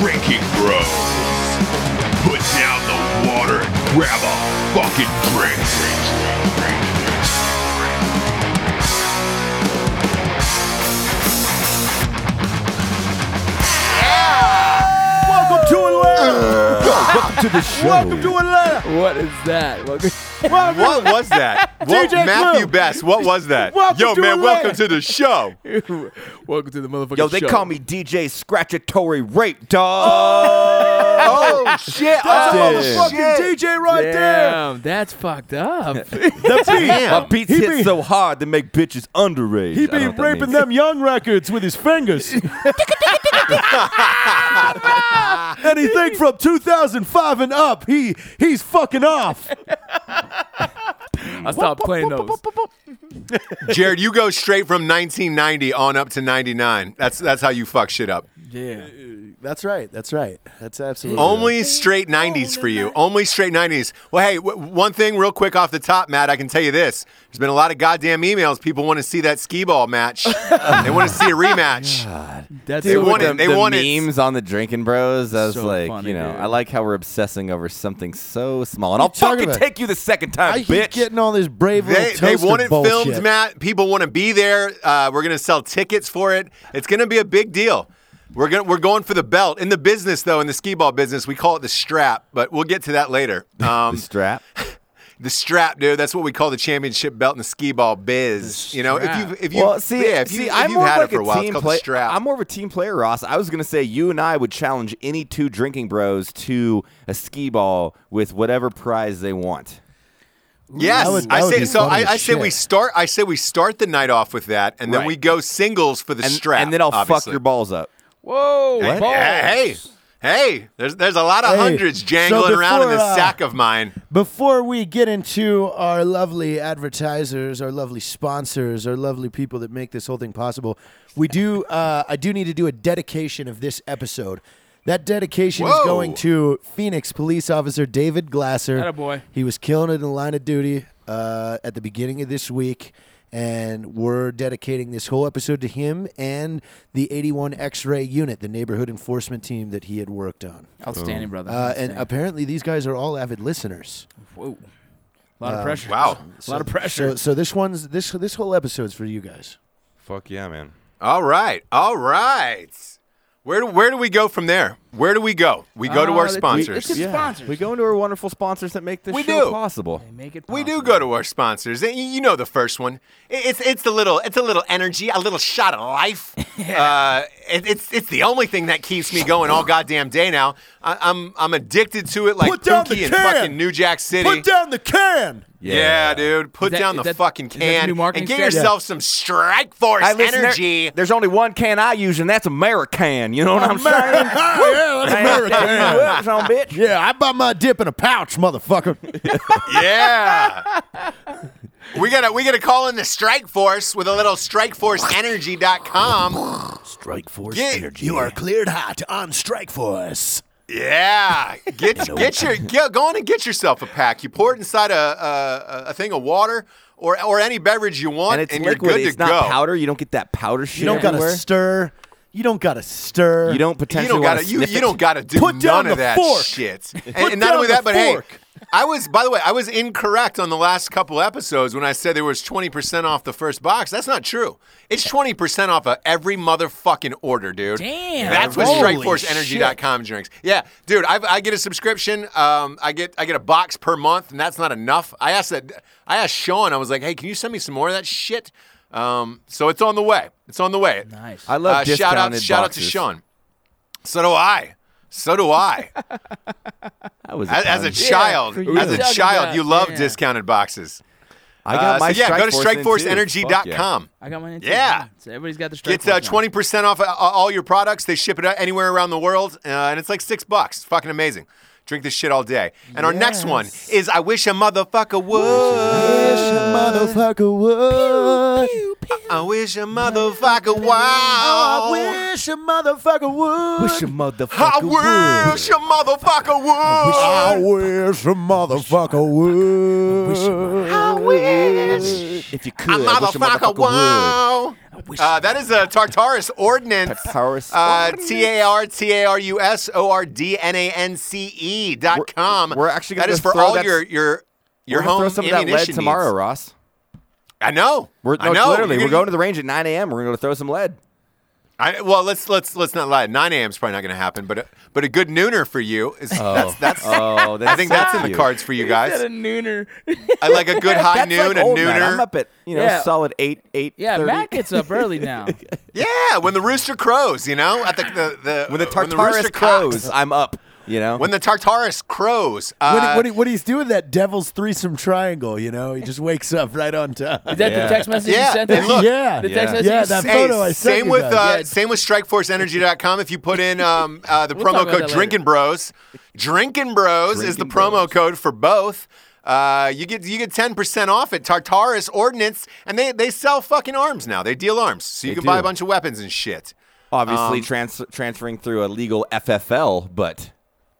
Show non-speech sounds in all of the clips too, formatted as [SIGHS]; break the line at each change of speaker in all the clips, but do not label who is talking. drinking bros. Put down the water and grab a fucking drink.
Welcome to Atlanta.
Uh, Welcome to the
[LAUGHS]
show.
Welcome to Atlanta.
What is that? Welcome-
Welcome.
what was [LAUGHS] that? What,
DJ
Matthew
Clue.
Best, what was that?
Welcome
Yo,
to
man,
Atlanta.
[LAUGHS] welcome to the
[LAUGHS]
show.
Welcome to the motherfucking
Yo, they
show.
call me DJ Scratchatory Rape Dog. [LAUGHS] Oh, shit.
That's a
Oh,
motherfucking
shit.
DJ right there.
Damn, that's
[LAUGHS]
fucked up.
Damn. My beats
He
hit
be-
so hard they make bitches underage.
He
I
be
don't know what that
raping
means.
them young records with his fingers. Anything from 2005 and up, he he's fucking off.
[LAUGHS] I stopped playing those.
Jared, you go straight from 1990 on up to 99. That's that's how you fuck shit up.
Yeah.
That's right. That's right. That's absolutely
Only straight 90s for you. Only straight 90s. Well, hey, w- one thing real quick off the top, Matt, I can tell you this. There's been a lot of goddamn emails. People want to see that skee ball match. they want to see a rematch.
That's
They
so
want it.
dumb.
They
the
want it.
memes on the Drinking Bros. I was
So
like,
funny,
you know,
dude.
I like how we're obsessing over something so small, and I'll
talking
fucking
about?
take you the second time,
I
bitch.
keep getting all this brave little
They, they
toaster
want it
bullshit.
filmed, Matt. People want to be there. Uh, we're gonna sell tickets for it. It's gonna be a big deal. We're gonna we're going for the belt in the business though in the skee ball business. We call it the strap, but we'll get to
[LAUGHS]
that later. Um,
the strap.
the strap, dude. That's what we call the championship belt in the skee ball biz. You know, if you if you
well, see,
yeah, if
see,
you, if
I'm
you've
more of
had
like
it for a while, it's
team
called
player.
the strap.
I'm more of a team player, Ross. I was gonna say you and I would challenge any two drinking bros to a skee ball with whatever prize they want.
yes,
That would- that
I
would
say
be
so.
funny
I,
as
I say we
shit.
start. I say we start the night off with that, and then
Right.
we go singles for the
And,
strap.
and then I'll fuck
obviously.
your balls up.
Whoa.
Hey,
balls.
hey, hey, hey, there's there's a lot of
Hey,
hundreds
so
jangling around in
before,
this
uh,
sack of mine.
Before we get into our lovely advertisers, our lovely sponsors, our lovely people that make this whole thing possible, we do. Uh, I do need to do a dedication of this episode. That dedication is
Whoa.
going to Phoenix police officer David Glasser.
Attaboy.
He was killing it in the line of duty uh, at the beginning of this week. And we're dedicating this whole episode to him and the 81 X Ray unit, the neighborhood enforcement team that he had worked on.
Outstanding, brother.
Uh, and
Outstanding.
apparently, these guys are all avid listeners.
Whoa. A lot of pressure.
Wow.
A lot of pressure.
So, so this one's this this whole episode's for you guys.
Fuck yeah, man.
All right, all right. Where do, where do we go from there? Where do we go? We go to
Uh,
our
it-
sponsors.
it's- Sponsors.
We go into our wonderful sponsors that make this
We
show
do.
possible.
Make it
we
possible.
do go to our sponsors. And y- You know the first one. I- It's it's a little it's a little energy, a little shot of life. uh, it, it's it's the only thing that keeps me going all goddamn day now. I, I'm I'm addicted to it like
Put down the
Pookie in
can.
fucking New Jack City.
Put down the can.
Yeah, dude. Put
that-
down the
is that-
fucking
is that the
can
new marketing
and get
strategy?
yourself some Strike Force
Hey, listen, there- [LAUGHS]
energy.
there's only one can I use, and that's American. You know what I'm
[LAUGHS]
saying?
yeah, that's
Man,
American.
that's on bitch.
Yeah, I bought my dip in a pouch, motherfucker.
[LAUGHS]
yeah. we gotta we gotta call in the Strike Force with a little StrikeForceEnergy.com.
Strike Force
Yeah, Energy.
You are cleared hot on Strike Force.
[LAUGHS]
Yeah, get get your get, go on and get yourself a pack. You pour it inside a a, a thing of water or or any beverage you want,
And
and,
it's
you're
liquid.
good to
it's not
go.
powder. You don't get that powder shit.
You don't gotta
everywhere.
stir. You don't gotta stir.
You don't
You
potentially
don't
wanna
gotta you,
sniff
you
it.
don't gotta do
Put down
none of
the
that
fork.
shit.
[LAUGHS]
And,
Put
and not
down
only
the
that, but
fork.
hey. I was, by the way, I was incorrect on the last couple episodes when I said there was 20% off the first box. That's not true. It's 20% off of every motherfucking order, dude.
Damn.
That's what
Holy
StrikeForceEnergy.com drinks. Yeah, dude, I've, I get a subscription. Um, I get I get a box per month, and that's not enough. I asked that. I asked Sean. I was like, "Hey, can you send me some more of that shit?" Um, so it's on the way. It's on the way.
Nice.
I love
Uh, shout out!
discounted
Shout out to
boxes.
Sean. So do I. So do I.
[LAUGHS] I was
As, as a
punk.
child,
for you.
as a
Talking
child,
about-
you love
yeah.
discounted boxes.
I got
Uh,
my
so yeah, go to
Strikeforce in too. Fuck yeah.
StrikeForceEnergy.com.
I got mine. in too.
Yeah.
So everybody's got the strike.
Get uh,
force now.
20% off uh, all your products. They ship it out anywhere around the world, uh, and it's like six bucks. Fucking amazing. Drink this shit all day. And our next one is I Wish a Motherfucker Would.
Wish a motherfucker would. Oh,
I wish a motherfucker wow.
I wish a motherfucker would.
Wish a motherfucker
I
would.
wish a motherfucker would.
I wish a motherfucker would. I wish.
If you
A
could, I wish a
motherfucker wow. Uh, that is a Tartarus ordinance.
Tartarus
Uh, T A R T A R U S O R D N A N C E dot com.
we're actually gonna
That is for
throw
all
that-
your your
We're
your
gonna
home
throw some of that
ammunition
lead tomorrow,
needs.
Ross.
I know.
We're,
I
no,
know.
Literally,
You're
we're going to the range at 9 a.m. We're going to go throw some
[LAUGHS]
lead.
I, well, let's let's let's not lie. Nine a.m. is probably not going to happen, but a, but a good nooner for you is that's that's.
Oh, that's
I think that's in the
cute.
cards for you
At a
guys.
nooner.
[LAUGHS] I like a
[LAUGHS]
good high
That's
noon,
like
a
old night.
nooner.
I'm up at you know
Yeah.
solid eight eight
Yeah,
thirty.
Matt gets up early
[LAUGHS]
now.
Yeah, when the rooster crows, you know, at the the, the
when the
rooster
Tartarus
cocks.
crows, I'm up. You know,
When the Tartarus crows,
What,
uh,
what, he- what he's doing that devil's threesome triangle, you know? He just wakes up right on time.
Is that
Yeah.
the text message
Yeah,
you sent?
and
us?
look-
[LAUGHS] yeah.
The text
Yeah.
message.
Yeah,
you
that
sent-
hey,
photo I sent
same
you
with
guys.
uh,
Yeah.
same with StrikeForceEnergy.com. If you put in um, uh, the
We'll talk
promo
about
code
that later.
Drinking Bros, Drinking Bros is the
Drinkin'
promo
Bros.
code for both. Uh, you get you get ten percent off at Tartarus Ordnance, and they they sell fucking arms now. They deal arms, so you
They
can buy a
do.
bunch of weapons and shit.
obviously
Um,
trans- transferring through a legal FFL, but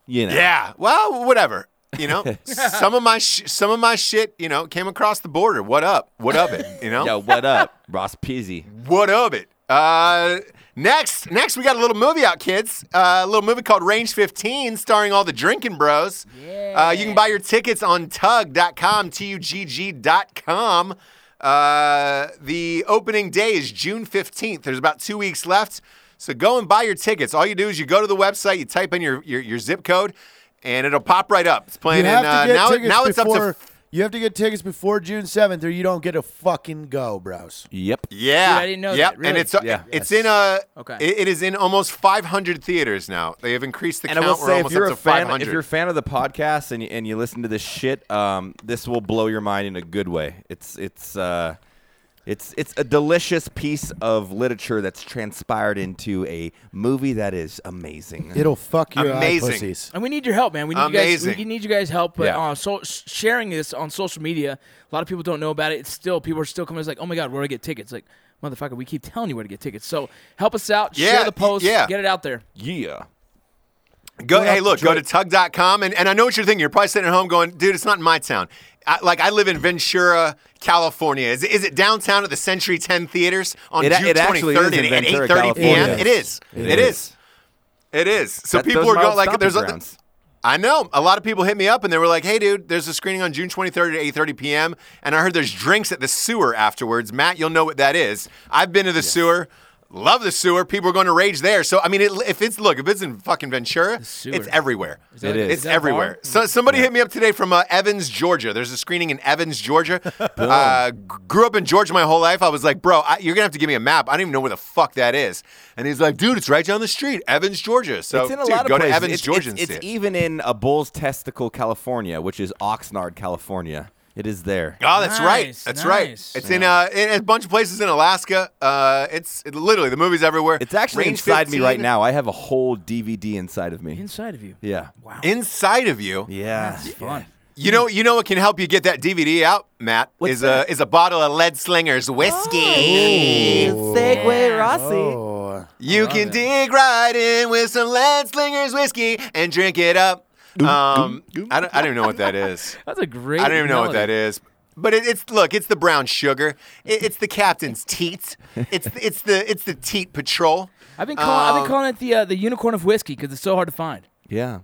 you know,
Yeah. Well, whatever. You
[LAUGHS]
know, some of my sh- some of my shit, you know, came across the border. What up? What of it? You
[LAUGHS]
know.
Yo, what
[LAUGHS]
up, Ross Pizzy?
What of it? Uh, next, next we got a little movie out, kids. Uh, a little movie called Range 15, starring all the Drinking Bros. Uh, you can buy your tickets on tug.com, T-U-G-G.com. Uh, the opening day is June 15th. There's about two weeks left. So go and buy your tickets. All you do is you go to the website, you type in your, your, your zip code, and it'll pop right up. It's
You
playing in,
have
uh,
to get
now,
tickets
now it's up
before,
to.
You have to get tickets before June 7th or you don't get to fucking go, bros.
Yep.
Yeah,
Dude, I didn't know
Yep,
that, really.
and it's uh,
Yeah.
it's in a
Okay.
it- it is in almost 500 theaters now. They have increased the
And I
count.
will
We're
say, if
almost
you're
up
a
to
fan,
500.
if you're a fan of the podcast and you, and you listen to this shit, um, this will blow your mind in a good way. It's it's uh, it's it's a delicious piece of literature that's transpired into a movie that is amazing.
It'll fuck your
Amazing.
eye pussies.
And we need your help, man. We need you guys. We
Amazing.
need you guys' help. But
Yeah.
uh, so sh- sharing this on social media, a lot of people don't know about it. It's still people are still coming. It's like, oh my god, where do I get tickets? Like, motherfucker, we keep telling you where to get tickets. So help us out.
Yeah,
share the post.
y- yeah.
Get it out there.
yeah.
go, hey, look, go to tug.com, and, and I know what you're thinking. You're probably sitting at home going, dude, it's not in my town. I, like I live in Ventura, California. Is, is it downtown at the Century 10 theaters on
It a-
June
it
23rd
actually is in
at
Ventura,
8:30 p.m.?
California.
It is. It is. It is. So
That-
people
those
are going
mild
like, there's.
stomping
A,
grounds.
I know a lot of people hit me up and they were like, "Hey, dude, there's a screening on June 23rd at 8:30 p.m. and I heard there's drinks at the sewer afterwards. Matt, you'll know what that is. I've been to the sewer." Love the sewer. People are going to rage there. So I mean, it, if it's look, if it's in fucking Ventura,
sewer.
it's everywhere.
that-
It is.
It's
is that a
everywhere.
bar?
So somebody hit me up today from uh, Evans, Georgia. There's a screening in
[LAUGHS]
Evans, Georgia. uh, g- grew up in Georgia my whole life. I was like, bro, I, you're gonna have to give me a map. I don't even know where the fuck that is. And he's like, dude, it's right down the street, Evans, Georgia. So
it's in a
dude,
lot of
go
places.
to Evans,
it's,
Georgia.
It's,
and see
it's
it.
even in a bull's testicle, California, which is Oxnard, California. It is there.
Oh, that's right.
Nice,
That's
nice.
right. It's in, uh, in a bunch of places in Alaska. Uh, it's it- literally the movie's everywhere.
It's actually
Range
inside me right
15,
now. I have a whole DVD inside of me.
Inside of you.
Yeah.
Wow.
Inside of you.
Yeah.
Fun.
You know, you know what can help you get that DVD out, Matt?
What's
is
that?
a is a bottle of Lead Slingers whiskey.
Oh. Segway Rossi.
Oh.
You can dig right in with some Lead Slingers whiskey and drink it up. Um, I don't, I don't even know what that is.
That's a great.
I don't even know what that
melody.
is. But it, it's look, it's the brown sugar. It, it's the captain's teat. It's it's the it's the teat patrol.
I've been calling. I've
Um,
been calling it the uh, the unicorn of whiskey because it's so hard to find.
Yeah.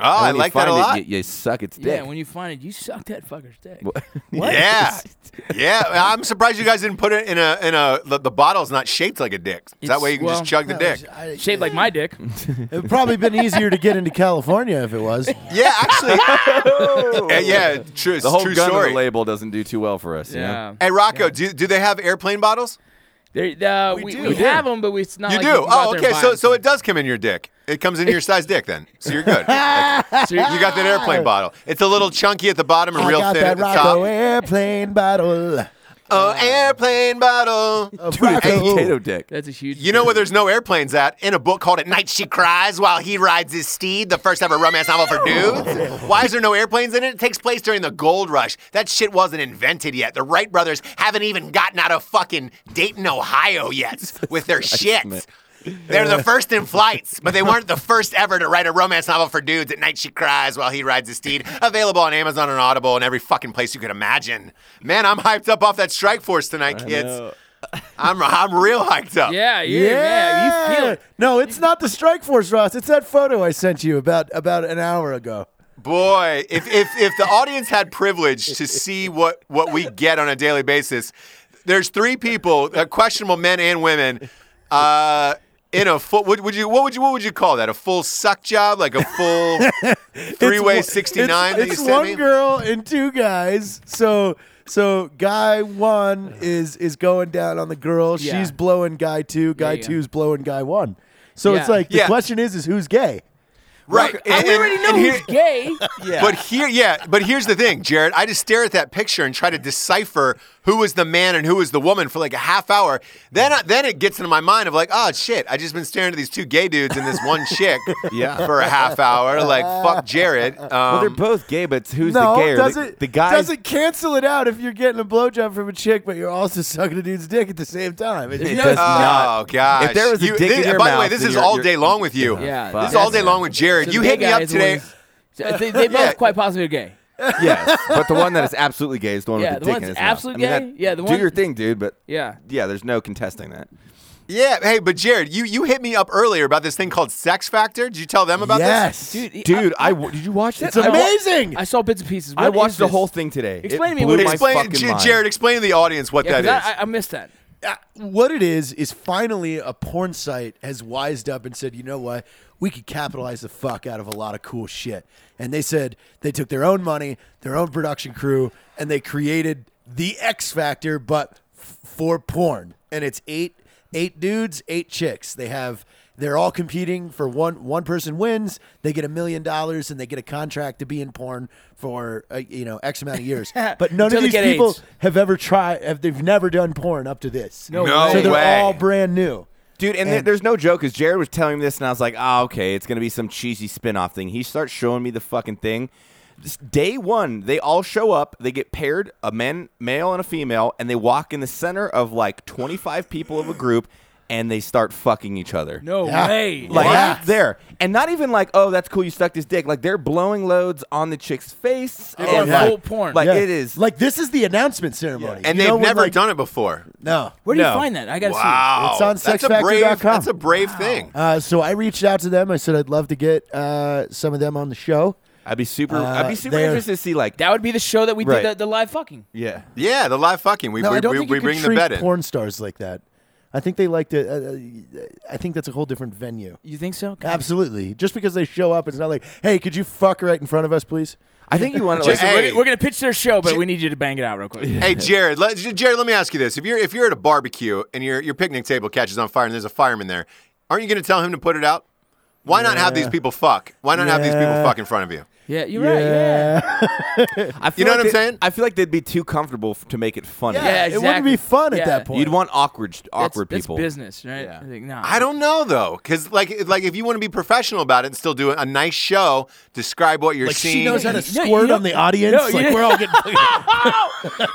Oh, I
And when you
like that
find
a
it,
lot.
You, you suck its dick.
Yeah.
[LAUGHS]
When you find it, you suck that fucker's dick.
Yeah, [LAUGHS] yeah. I'm surprised you guys didn't put it in a in a the, the bottle's not shaped like a dick. that
It's-
way you can
well,
just chug the dick.
I-
Shaped like my
[LAUGHS]
dick.
It would probably been easier to get into California if
[LAUGHS]
it was.
Yeah, actually. [LAUGHS] yeah, yeah, true.
the whole
true
gun on
story.
the label doesn't do too well for us. you know?
Hey Rocco, do do they have airplane bottles?
There, uh, we,
do.
we have them, but we, it's not
You
Uh, like
do.
we can go out
oh,
there
okay.
and buy
So
'em. [LAUGHS]
so it does come in your dick. It comes in your size dick then. So you're good. Like,
So you're-
[LAUGHS] you got that airplane bottle. It's a little chunky at the bottom and
I
real
got
thin
that
at the
Rocco
top.
airplane bottle.
Oh, airplane bottle.
Dude, it's potato dick.
That's a huge.
You know where there's no airplanes at? In a book called At Night She Cries While He Rides His Steed, the first ever romance novel for dudes. Why is there no airplanes in it? It takes place during the gold rush. That shit wasn't invented yet. The Wright brothers haven't even gotten out of fucking Dayton, Ohio yet with their shits. They're the first in flights, but they weren't the first ever to write a romance novel for dudes. At Night She Cries While He Rides His Steed. Available on Amazon and Audible and every fucking place you could imagine. Man, I'm hyped up off that strike force tonight, kids. I'm, I'm real hyped
[LAUGHS]
up.
Yeah, yeah, yeah. You feel
[LAUGHS]
it.
No, it's not the strike force, Ross. It's that photo I sent you about about an hour ago.
Boy, if, if if the audience had privilege to see what what we get on a daily basis, there's three people, uh, questionable men and women, uh, in a full. Would, would you what would you what would you call that? A full suck job, like a full three way
[LAUGHS] It's one-
sixty nine that you
It's, it's
sent
one
me.
girl and two guys. So so guy one is is going down on the girl.
Yeah.
She's blowing guy two. Guy
yeah.
two's blowing guy one. So it's
Yeah.
like the
Yeah.
question is is who's gay?
right?
And we already know
here-
who's
[LAUGHS]
gay.
But here, yeah. But here's the thing, Jared. I just stare at that picture and try to decipher who was the man and who was the woman for like a half hour. Then, I, then it gets into my mind of like, oh shit, I just been staring at these two gay dudes and this one chick
[LAUGHS] Yeah.
for a half hour. Like, fuck Jared. Um,
Well, they're both gay, but it's who's
no,
the gay?
does
the,
it
the guy?
does it cancel it out if you're getting a blowjob from a chick, but you're also [LAUGHS] sucking a dude's dick at the same time? It- [LAUGHS]
It
No,
does
it's
Oh gosh!
If there was a
You-
dick
this-
in your
by the
mouth,
way, this
then
is
you're-
all
you're-
day long with you.
Yeah,
this
that's-
is all day long with Jared.
So
you
the
hit
gay
me up
guy is
today.
the one- They, they both
Yeah.
quite possibly are gay.
[LAUGHS]
yes, but the one that is absolutely gay is the one
Yeah,
with
the
the, dick
one
in his
that's
mouth.
absolutely
I
gay?
mean, that-
Yeah, the
do
one-
your thing, dude. But
Yeah.
yeah, there's no contesting that.
Yeah, hey, but Jared, you you hit me up earlier about this thing called Sex Factor. Did you tell them about this?
yes,
Dude, he-
Dude, I w- did you watch that?
it's
I wa-
amazing.
I saw bits and pieces.
I
What is
watched the
this?
whole thing today. It
Explain to me
blew
what it
my
is.
Explain,
fucking
J-
mind.
Jared. Explain to the audience what
Yeah,
that
'cause
is.
I, I, I missed that.
what it is is finally a porn site has wised up and said, you know what, we could capitalize the fuck out of a lot of cool shit. And they said they took their own money, their own production crew, and they created the X Factor, but f- for porn. And it's eight eight dudes, eight chicks. They have they're all competing for one one person wins they get a million dollars and they get a contract to be in porn for uh, you know x amount of
[LAUGHS]
years but
Until
none of
they
these
get
people
AIDS.
have ever tried have they've never done porn up to this
No
No
so they're
way.
all brand new.
Dude, and, there- there's no joke because Jared was telling me this, and I was like, oh, okay, it's going to be some cheesy spin off thing. He starts showing me the fucking thing. This- Day one, they all show up. They get paired, a man, male, and a female, and they walk in the center of like 25 people of a group, and they start fucking each other.
No way.
Like
Yeah.
right there, and not even like, oh, that's cool, you sucked his dick. Like they're blowing loads on the chick's face.
They're
and,
going
like-
full porn.
Like
Yeah.
it is. Like,
like this is the announcement ceremony,
and
You
they've
know when,
never
like-
done it before.
No,
Where do you
No.
find that? I gotta
Wow,
It's on
that's a
sexfactor.com.
brave. That's a brave thing.
uh, so I reached out to them. I said I'd love to get uh, some of them on the show.
I'd be super.
Uh,
I'd be super
they're-
interested to see like
see. That would be the show that we
Right.
did the, the live fucking.
Yeah.
Yeah, the live fucking. We
No,
we,
I don't
we,
think
we
you
bring
can
the
treat
bet in.
porn stars like that. I think they like to. Uh, uh, I think that's a whole different venue.
You think so?
Absolutely, just because they show up, it's not like, hey, could you fuck right in front of us, please?
I think you want to
Just-
like.
We're
Hey.
gonna- We're gonna pitch their show, but we need you to bang it out real quick.
[LAUGHS]
Hey Jared, let, J- Jared, let me ask you this: if you're if you're at a barbecue and your your picnic table catches on fire and there's a fireman there, aren't you going to tell him to put it out? Why not have these people fuck? Why not have these people
Yeah.
fuck in front of you?
Yeah, you're right. Yeah.
I feel
You know
like
what I'm
they-
saying?
I feel like they'd be too comfortable f- to make it funny.
Yeah,
It wouldn't be
exactly.
fun
Yeah.
at that point.
You'd want awkward,
That's-
awkward
that's
people.
business, right?
Yeah.
I think, nah.
I don't know though, because like like if you want to be professional about it and still do a nice show, describe what you're
like
seeing.
she knows how to
Yeah, you
squirt
know-
on the audience.
No, you
like
know-
we're all getting. [LAUGHS]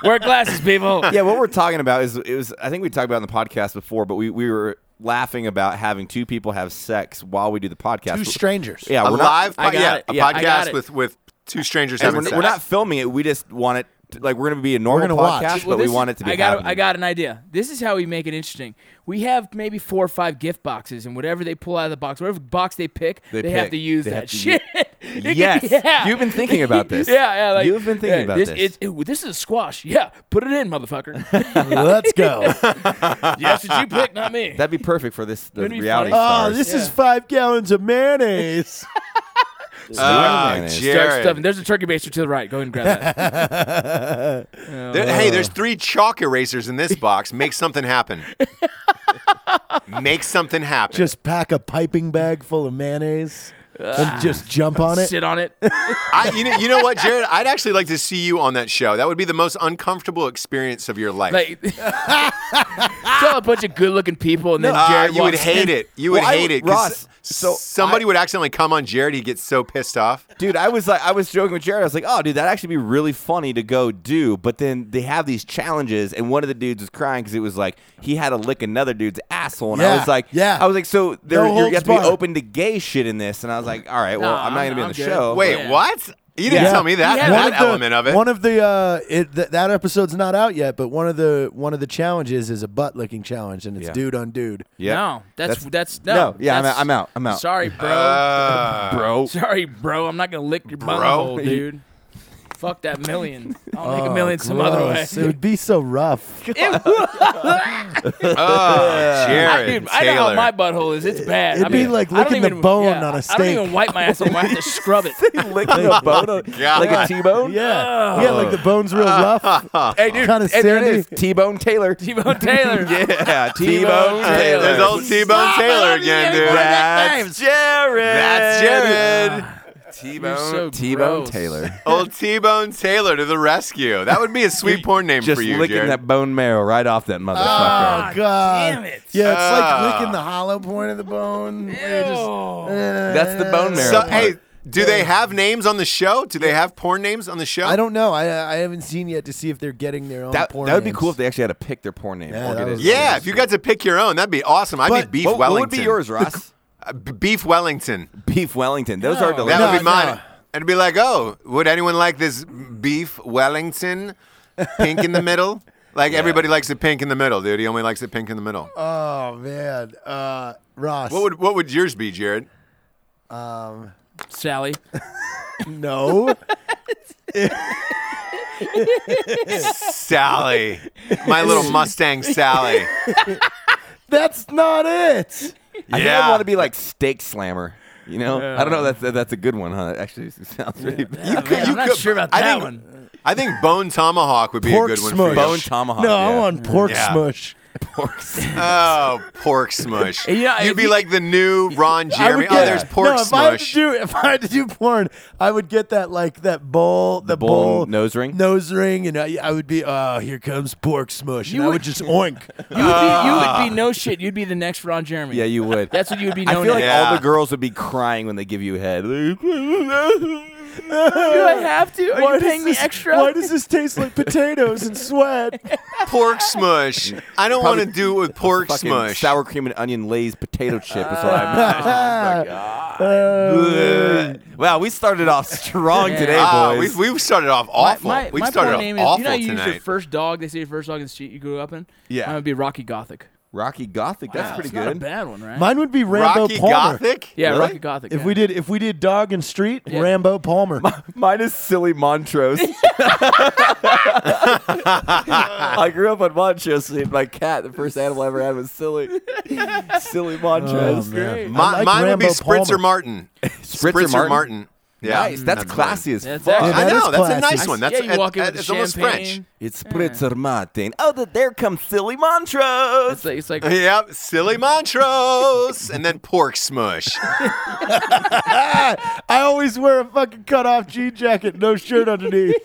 Wear glasses, people.
[LAUGHS] [LAUGHS] Yeah, what we're talking about is it was. I think we talked about it in the podcast before, but we we were laughing about having two people have sex while we do the podcast.
Two strangers.
Yeah,
a
we're
live,
I
po-
got
yeah,
it.
a
Yeah, I
got
podcast
it.
with with two strangers
not. and
having
we're,
sex.
we're not filming it. We just want it. To, like we're gonna be a normal
gonna watch.
podcast,
Well,
but we
this
want
is-
it to be.
I got.
happening.
I got an idea. This is how we make it interesting. We have maybe four or five gift boxes, and whatever they pull out of the box, whatever box they pick, they,
They
have
pick.
to use
They
that
have to
shit. [LAUGHS] It could-
Yes.
yeah.
You've been
[LAUGHS]
thinking about this.
yeah, yeah. Like,
You've been thinking
yeah,
about this.
It's, it, this is a squash. Yeah, put it in, motherfucker. [LAUGHS]
Let's go.
That's what you picked, not me.
That'd be perfect for this the
Wouldn't it be
reality
funny?
Oh,
stars.
this is
Yeah.
five gallons of mayonnaise.
Ah,
Mayonnaise.
Start
Jared.
stuffing. There's a turkey baster to the right. Go ahead and grab that.
There- hey, there's three chalk erasers in this box. Make something happen.
[LAUGHS]
Make something happen.
Just pack a piping bag full of mayonnaise. and just jump on it.
Sit on it.
I, you, know, you know what, Jared? I'd actually like to see you on that show. That would be the most uncomfortable experience of your life.
Like, [LAUGHS] tell a bunch of good-looking people, and then
Ah,
Jared
you would
walks in.
hate it. You would
Well, I
hate
would-
it. 'cause
Ross, so
somebody
I-
would accidentally come on Jared. He'd get so pissed off.
Dude, I was like, I was joking with Jared. I was like, oh, dude, that'd actually be really funny to go do. But then they have these challenges, and one of the dudes was crying because it was like he had to lick another dude's asshole, and I
Yeah,
was like,
yeah.
I was like, so there,
No
you're- you
holds
have to be
barred.
open to gay shit in this, and I was like, all right, well,
Nah,
I'm not gonna be
I'm
on the
good.
show.
Wait,
yeah.
what? You didn't
Yeah.
tell me that,
Oh, Yeah.
that
the,
element of it.
One of the uh, it, th- that episode's not out yet, but one of the one of the challenges is a butt licking challenge, and it's
Yeah.
dude on dude.
Yeah.
No, that's that's, no.
no, yeah, I'm
that's-
out- I'm out, I'm out.
Sorry, bro.
[LAUGHS]
Uh,
bro.
Sorry, bro. I'm not gonna lick your
Bro.
butthole, dude. Fuck that million. I'll make a million some other way.
Gross. It would be so rough.
oh,
[LAUGHS] I,
Jared
dude,
Taylor.
I know how my butthole is. It's bad.
It'd
I mean,
be like
I don't
licking the
even-
bone
yeah,
on a
I don't even
steak.
wipe my asshole. I have to scrub it.
Lick
[LAUGHS]
the bone,
God.
like a T-bone.
Yeah, yeah, like the
[LAUGHS]
bones real rough.
hey, dude,
Kinda
and there it is,
sandy.
T-bone Taylor.
T-Bone Taylor.
[LAUGHS] Yeah,
T-Bone Taylor.
T-bone
There's
Taylor.
old T-Bone Taylor again, dude.
That's Jared.
That's Jared.
[SIGHS]
T-bone.
so
T-bone
gross.
Taylor.
old T-Bone Taylor to the rescue. That would be a sweet porn name
Just
for you,
licking
Jared.
that bone marrow right off that motherfucker.
Oh, God, damn
it.
Yeah, it's
Ah.
like licking the hollow point of the bone. where you're just- uh,
That's the bone marrow.
so,
part.
hey, do they have names on the show? Do they have porn names on the show?
I don't know. I I haven't seen yet to see if they're getting their own.
that,
porn
that would be
names.
cool if they actually had to pick their porn name.
Yeah,
or
that
get
was-
it.
Yeah, if you got to pick your own, that'd be awesome. I'd
But-
be Beef
what,
Wellington.
what would be yours, Ross?
Uh, B- Beef Wellington.
[LAUGHS] beef Wellington. Those are
That
delicious.
would be
No,
mine.
no.
I'd be like, oh, would anyone like this Beef Wellington? Pink in the middle?
[LAUGHS]
Like, everybody likes the pink in the middle, dude. He only likes the pink in the middle.
Uh,
Oh man, uh, Ross. [LAUGHS]
what would what would yours be, Jared?
Sally.
no?
Sally.
[LAUGHS]
My little Mustang Sally.
That's not it.
I think
Yeah.
I want to be like steak slammer. You know, I don't know. That's that's a good one, huh? That actually sounds really bad. [LAUGHS]
You
could- you
I'm not
could-
sure about
I
that
think-
one.
I think Bone Tomahawk would be
Pork
a good one
smush.
for you.
bone tomahawk.
No,
yeah.
I want pork
Yeah.
smush.
Oh, pork smush.
And, you know,
You'd
if
be
you-
like the new Ron
I
Jeremy.
would
Oh,
get-
there's pork
no, if I had to
smush.
do if I had to do porn, I would get that like that bowl, the,
bowl
bowl
nose ring?
nose ring, and I, I would be, oh, here comes pork smush, and
You
I
would-
would just oink.
You would, be, you would be no shit. You'd be the next Ron Jeremy.
Yeah, you would.
[LAUGHS] That's what you would be
I
known
feel like
as.
Yeah.
all the girls would be crying when they give you head.
Do I have to? Are
Why
you
does
paying me
this-
extra?
Why does this taste like potatoes and sweat?
Pork smush. I don't want to do it with pork
Fucking
smush.
sour cream and onion Lay's potato chip is what Oh
[LAUGHS] Ah.
I
Uh,
mean. wow, we started off strong
Yeah.
today,
Ah,
boys.
we, we started off
My-
awful.
My,
we
my
started
porn
off
name is,
awful
you know, how you use
tonight.
your first dog. They say your first dog is the street you grew up in.
Yeah.
Mine would be Rocky Gothic.
Rocky Gothic, that's
Wow,
pretty
it's Not a
good.
bad one, right?
Mine would be Rambo
Rocky
Palmer.
Gothic?
yeah,
Really?
Rocky Gothic.
If
yeah.
we did if we did dog and street, Rambo Palmer.
Mine is silly Montrose. [LAUGHS] I grew up on Montrose. And my cat, the first animal I ever had, was silly, silly Montrose.
man.
Mi-
I like
mine would be
Rambo Palmer.
Spritzer Martin. Spritzer Martin. Yeah.
Nice, that's classy as
That's
fuck.
actually-
I
That is
know. That's a
classy.
nice one.
yeah,
That's
you walk in
uh,
with
it's
the
almost
champagne.
French.
It's Spritzer Martin. Oh, th- there comes silly Montrose.
It's like, it's like
[LAUGHS] Yep, silly Montrose, and then pork smush.
I always wear a fucking cut off jean jacket, no shirt underneath.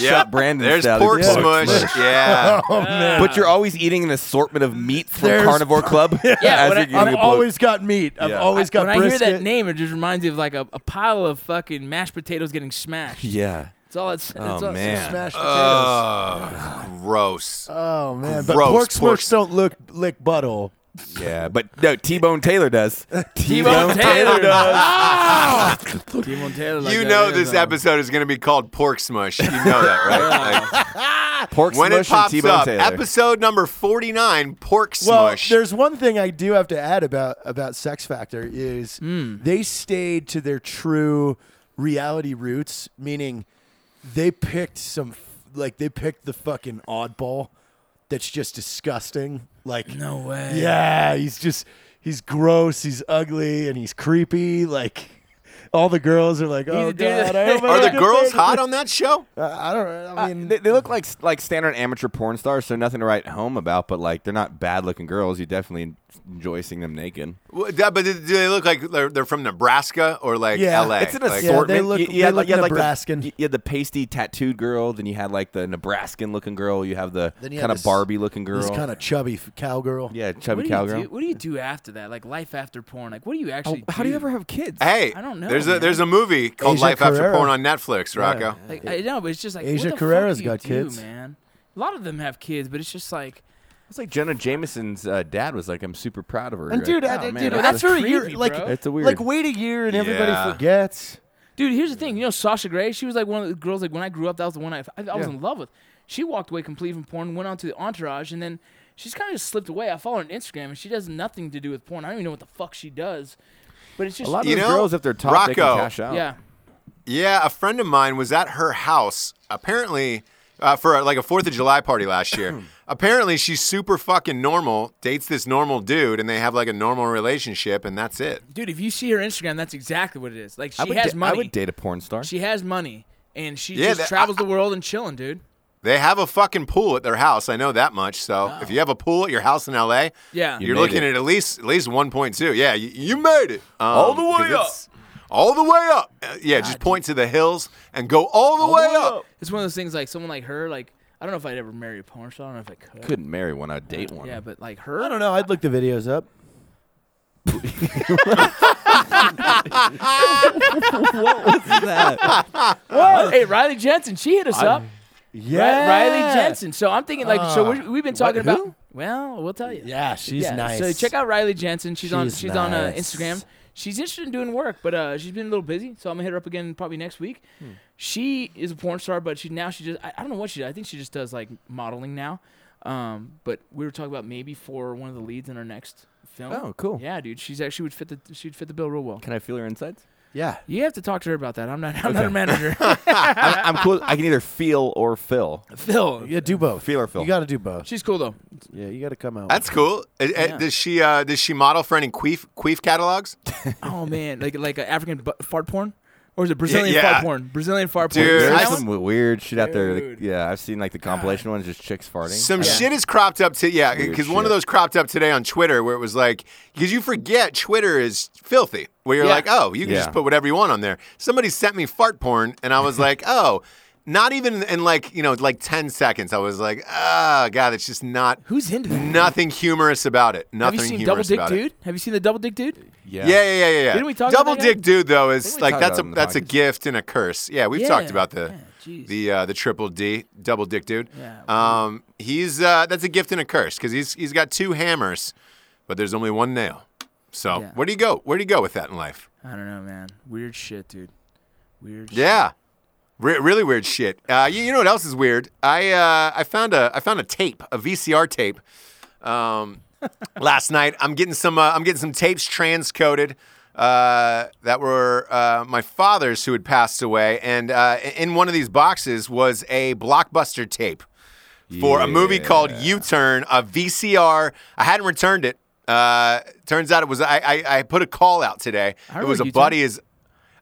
Yeah,
Brandon
There's
style.
pork
Yeah.
smush.
Pork smush.
Yeah.
But you're always eating an assortment of meats from
There's-
Carnivore Club.
Yeah, when I-
you're
I'm
getting
I've
a blow-
always got meat. I've
Yeah.
always got
when
brisket.
I hear that name, it just reminds me of like a, a pile of fucking mashed potatoes getting smashed.
[LAUGHS] Yeah.
That's all it's. That's
Oh
all
man.
Mashed potatoes.
Oh, gross.
oh man, but
gross,
pork
pork-
smush don't look lick butthole.
Yeah, but no, T-Bone Taylor does.
T-Bone Taylor
does.
It's T-Bone Taylor. like
you
that.
know
Yeah,
this
so-
episode is going to be called pork smush. You know that, right? Like,
Pork
when it
smush and
pops
T-Bone
up,
Taylor.
episode number forty-nine, pork
Well,
smush.
there's one thing I do have to add about about Sex Factor is
Hmm.
they stayed to their true reality roots, meaning they picked some f- like they picked the fucking oddball that's just disgusting. Like
No way.
Yeah, he's just he's gross, he's ugly, and he's creepy. Like all the girls are like,
a
oh
dude
god,
that-
I
[LAUGHS]
hope I
Are
don't
the
get
girls
taken."
hot Uh, on that show?
I I don't. I mean,
They, they look like like standard amateur porn stars, so nothing to write home about. But like, they're not bad looking girls. You definitely enjoy seeing them naked.
Well, that- but do do they look like they're, they're from Nebraska or like
Yeah.
LA?
It's an
Like-
Yeah,
assortment.
they look-
you, you
they
had,
look
you had, like, the-
Nebraskan.
you- you had the pasty tattooed girl, then you had like the Nebraskan looking girl. You have the
Then you had
kind of
this-
Barbie looking girl.
This kind of chubby f- cowgirl.
yeah,
what,
chubby
do
cowgirl.
you do, what do you do after that? Like life after porn? Like what do you actually?
Oh, How do you ever have kids?
Hey,
I don't know,
There's a
man.
there's a movie called
Asia
Life After
Carrera.
Porn on Netflix, Rocco.
Like, I know, but it's just like
Asia
what the fuck
Carrera's
do you
got
do,
kids.
man. A lot of them have kids, but it's just like
It's like Jenna Jameson's uh, dad was like, "I'm super proud of her."
And
You're
dude,
like,
I,
"Oh,
dude,
man,
that's
that's really
creepy,
weird. [LAUGHS] Like,
bro.
It's a weird-
Like, wait a year and everybody
Yeah.
forgets.
Dude, here's the thing. You know, Sasha Grey, she was like one of the girls. Like when I grew up, that was the one I, I, I was in love with. She walked away completely from porn, went on to the Entourage, and then she's kind of just slipped away. I follow her on Instagram, and she does nothing to do with porn. I don't even know what the fuck she does, but it's just e-
a lot of
You
those
know,
girls, if they're top, they can
Rocco.
cash out.
yeah.
Yeah, a friend of mine was at her house apparently uh, for like a Fourth of July party last year. apparently, she's super fucking normal, dates this normal dude, and they have like a normal relationship, and that's it.
Dude, if you see her Instagram, that's exactly what it is. Like she
I would,
has
da-
money.
I would date a porn star.
She has money, and she
Yeah,
just
that-
travels the world and chilling, dude.
They have a fucking pool at their house. I know that much. So if you have a pool at your house in LA,
Yeah. You
you're
made
looking
it.
at at least at least 1.2. Yeah, you, you made it Um,
All the way
'cause it's- All the way up. Uh, yeah, just point to the hills and go all the way up.
It's one of those things like someone like her. Like I don't know if I'd ever marry a porn star. I don't know if I could.
couldn't marry one. I'd date one.
Yeah, but like her.
I don't know. I'd look the videos up.
Hey, Riley Jensen, she hit us up.
Yeah, Oh.
Riley Jensen. So I'm thinking like so we we've been talking
what,
about.
who?
Well, we'll tell you.
Yeah, she's
Yeah,
nice.
So check out Riley Jensen. She's, on
She's
she's on uh,
nice.
Instagram. She's interested in doing work, but uh, she's been a little busy. So I'm gonna hit her up again probably next week.
Hmm.
She is a porn star, but she now she just I, I don't know what she does. I think she just does like modeling now. Um, but we were talking about maybe for one of the leads in our next film.
Oh, cool.
Yeah, dude, she's actually would fit the she'd fit the bill real well.
Can I feel her insides?
Yeah.
You have to talk to her about that. I'm not I'm not her manager.
[LAUGHS]
I'm, I'm cool. I can either feel or [LAUGHS] fill.
Phil,
Yeah, do both.
Feel or fill.
You got to do both.
she's cool though.
Yeah, you got to come out.
That's cool. Uh, uh, Does she uh, does she model for any queef queef catalogs?
Oh man, like like a African bu- fart porn, or is it Brazilian
yeah.
fart porn? Brazilian fart porn.
Dude,
Is
There's
I-
that
some
one?
weird shit out there. that-
Dude.
yeah, I've seen like the compilation ones, just chicks farting.
Some shit is cropped up to yeah,
Weird
because one of
shit.
those cropped up today on Twitter where it was like because you forget Twitter is filthy. Where you're
Yeah.
like, oh, you can
Yeah.
just put whatever you want on there. Somebody sent me fart porn, and
[LAUGHS]
I was like, oh, not even in like you know like ten seconds. I was like, oh god, it's just not
Who's into that?
nothing humorous about it.
Have
Nothing
you seen Double
humorous
Dick
about it.
Dude? Have you seen the Double Dick Dude?
yeah.
Yeah, yeah, yeah, yeah. yeah.
Didn't we talk about
Double
that guy?
dick dude though is
Didn't we
like
talk
that's
about
a
him in the
that's a
podcast?
gift and a curse. Yeah, we've talked
Yeah.
about the
Yeah, jeez.
the uh, the triple D double dick dude.
Yeah,
um, he's uh, that's a gift and a curse because he's he's got two hammers, but there's only one nail. So
Yeah.
where do you go? Where do you go with that in life?
I don't know, man. Weird shit, dude. Weird.
Yeah. Re- really weird shit. Uh, you, you know what else is weird? I uh, I found a I found a tape, a VCR tape, um, [LAUGHS] last night. I'm getting some uh, I'm getting some tapes transcoded uh, that were uh, my father's who had passed away, and uh, in one of these boxes was a blockbuster tape for a movie called U Turn, a VCR. I hadn't returned it. Uh, turns out it was I, I I put a call out today.
I
It was
remember
a
U-Turn.
buddy is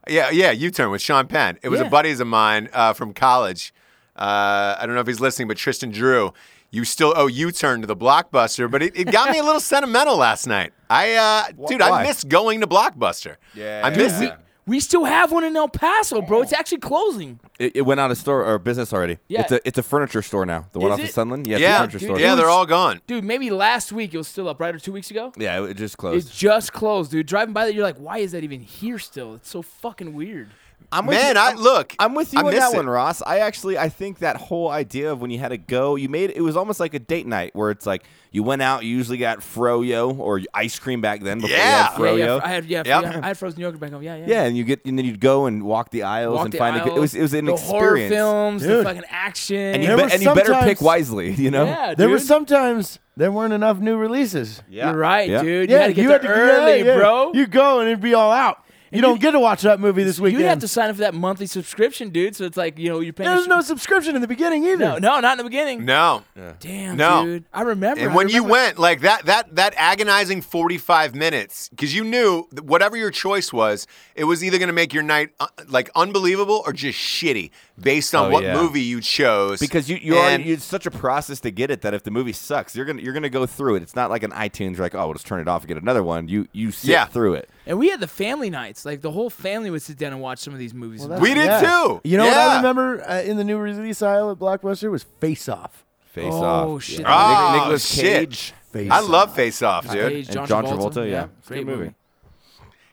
yeah, yeah, U turn with Sean Penn. It was
Yeah.
a buddies of mine uh, from college. Uh, I don't know if he's listening, but Tristan Drew, you still owe U turn to the blockbuster, but it, it got me
[LAUGHS]
a little sentimental last night. I, uh, dude,
why?
I miss going to blockbuster.
Yeah.
I miss it.
We still have one in El Paso, bro.
Oh.
It's actually closing.
It, it went out of store or business already.
Yeah.
It's a it's a furniture store now. The one
Is
off
it?
of Sunland. Yeah, it's a
Yeah,
furniture
dude,
store.
yeah, they're all gone.
Dude, maybe last week it was still up, right? Or two weeks ago?
Yeah, it just
It
closed.
just closed, dude. Driving by that, you're like, why is that even here still? It's so fucking weird.
I'm with
Man,
you-
I
I'm-
look.
I'm with you
I
on
miss
that
it.
one, Ross. I actually I think that whole idea of when you had to go, you made it was almost like a date night where it's like you went out, you usually got froyo or ice cream back then before
Yeah.
you had froyo.
Yeah, yeah, I had yeah,
Yep.
yeah, I had frozen yogurt back home. Yeah, yeah.
Yeah, and you get and then you'd go and walk the aisles
Walk
and
the
find a good, it
aisles,
was it was an
the
experience.
horror films, the
Dude.
fucking action.
And you,
There
be-
were
and you better
sometimes-
pick wisely, [LAUGHS] you know.
yeah,
there
dude.
were sometimes there weren't enough new releases.
Yeah.
You're right,
Yeah.
dude. You had to get there
yeah,
early,
yeah.
bro.
You go and it'd be all out. You don't get to watch that movie this
You'd
weekend.
have to sign up for that monthly subscription, dude. So it's like you know you're paying.
There's no subscription in the beginning either.
no, no, not in the beginning.
No.
Damn,
No.
dude. I remember.
And
I
when you
remember-
went like that, that that agonizing forty-five minutes, because you knew that whatever your choice was, it was either going to make your night uh, like unbelievable or just shitty, based on
Oh,
what
yeah.
movie you chose.
because you you
And-
already it's such a process to get it that if the movie sucks, you're gonna you're gonna go through it. It's not like an iTunes, you're like, oh, we'll just turn it off and get another one. You you sit
Yeah.
through it.
and we had the family nights. Like the whole family would sit down and watch some of these movies. and
we did
Yeah.
too.
You know what
Yeah.
I remember uh, in the new release aisle at Blockbuster was Face Off.
Face
Oh,
off.
shit.
Oh,
Nic- Nicolas
shit.
Cage
Face
I
Off.
love Face Off,
Nicolas
dude.
Cage,
and John Travolta. yeah,
great movie.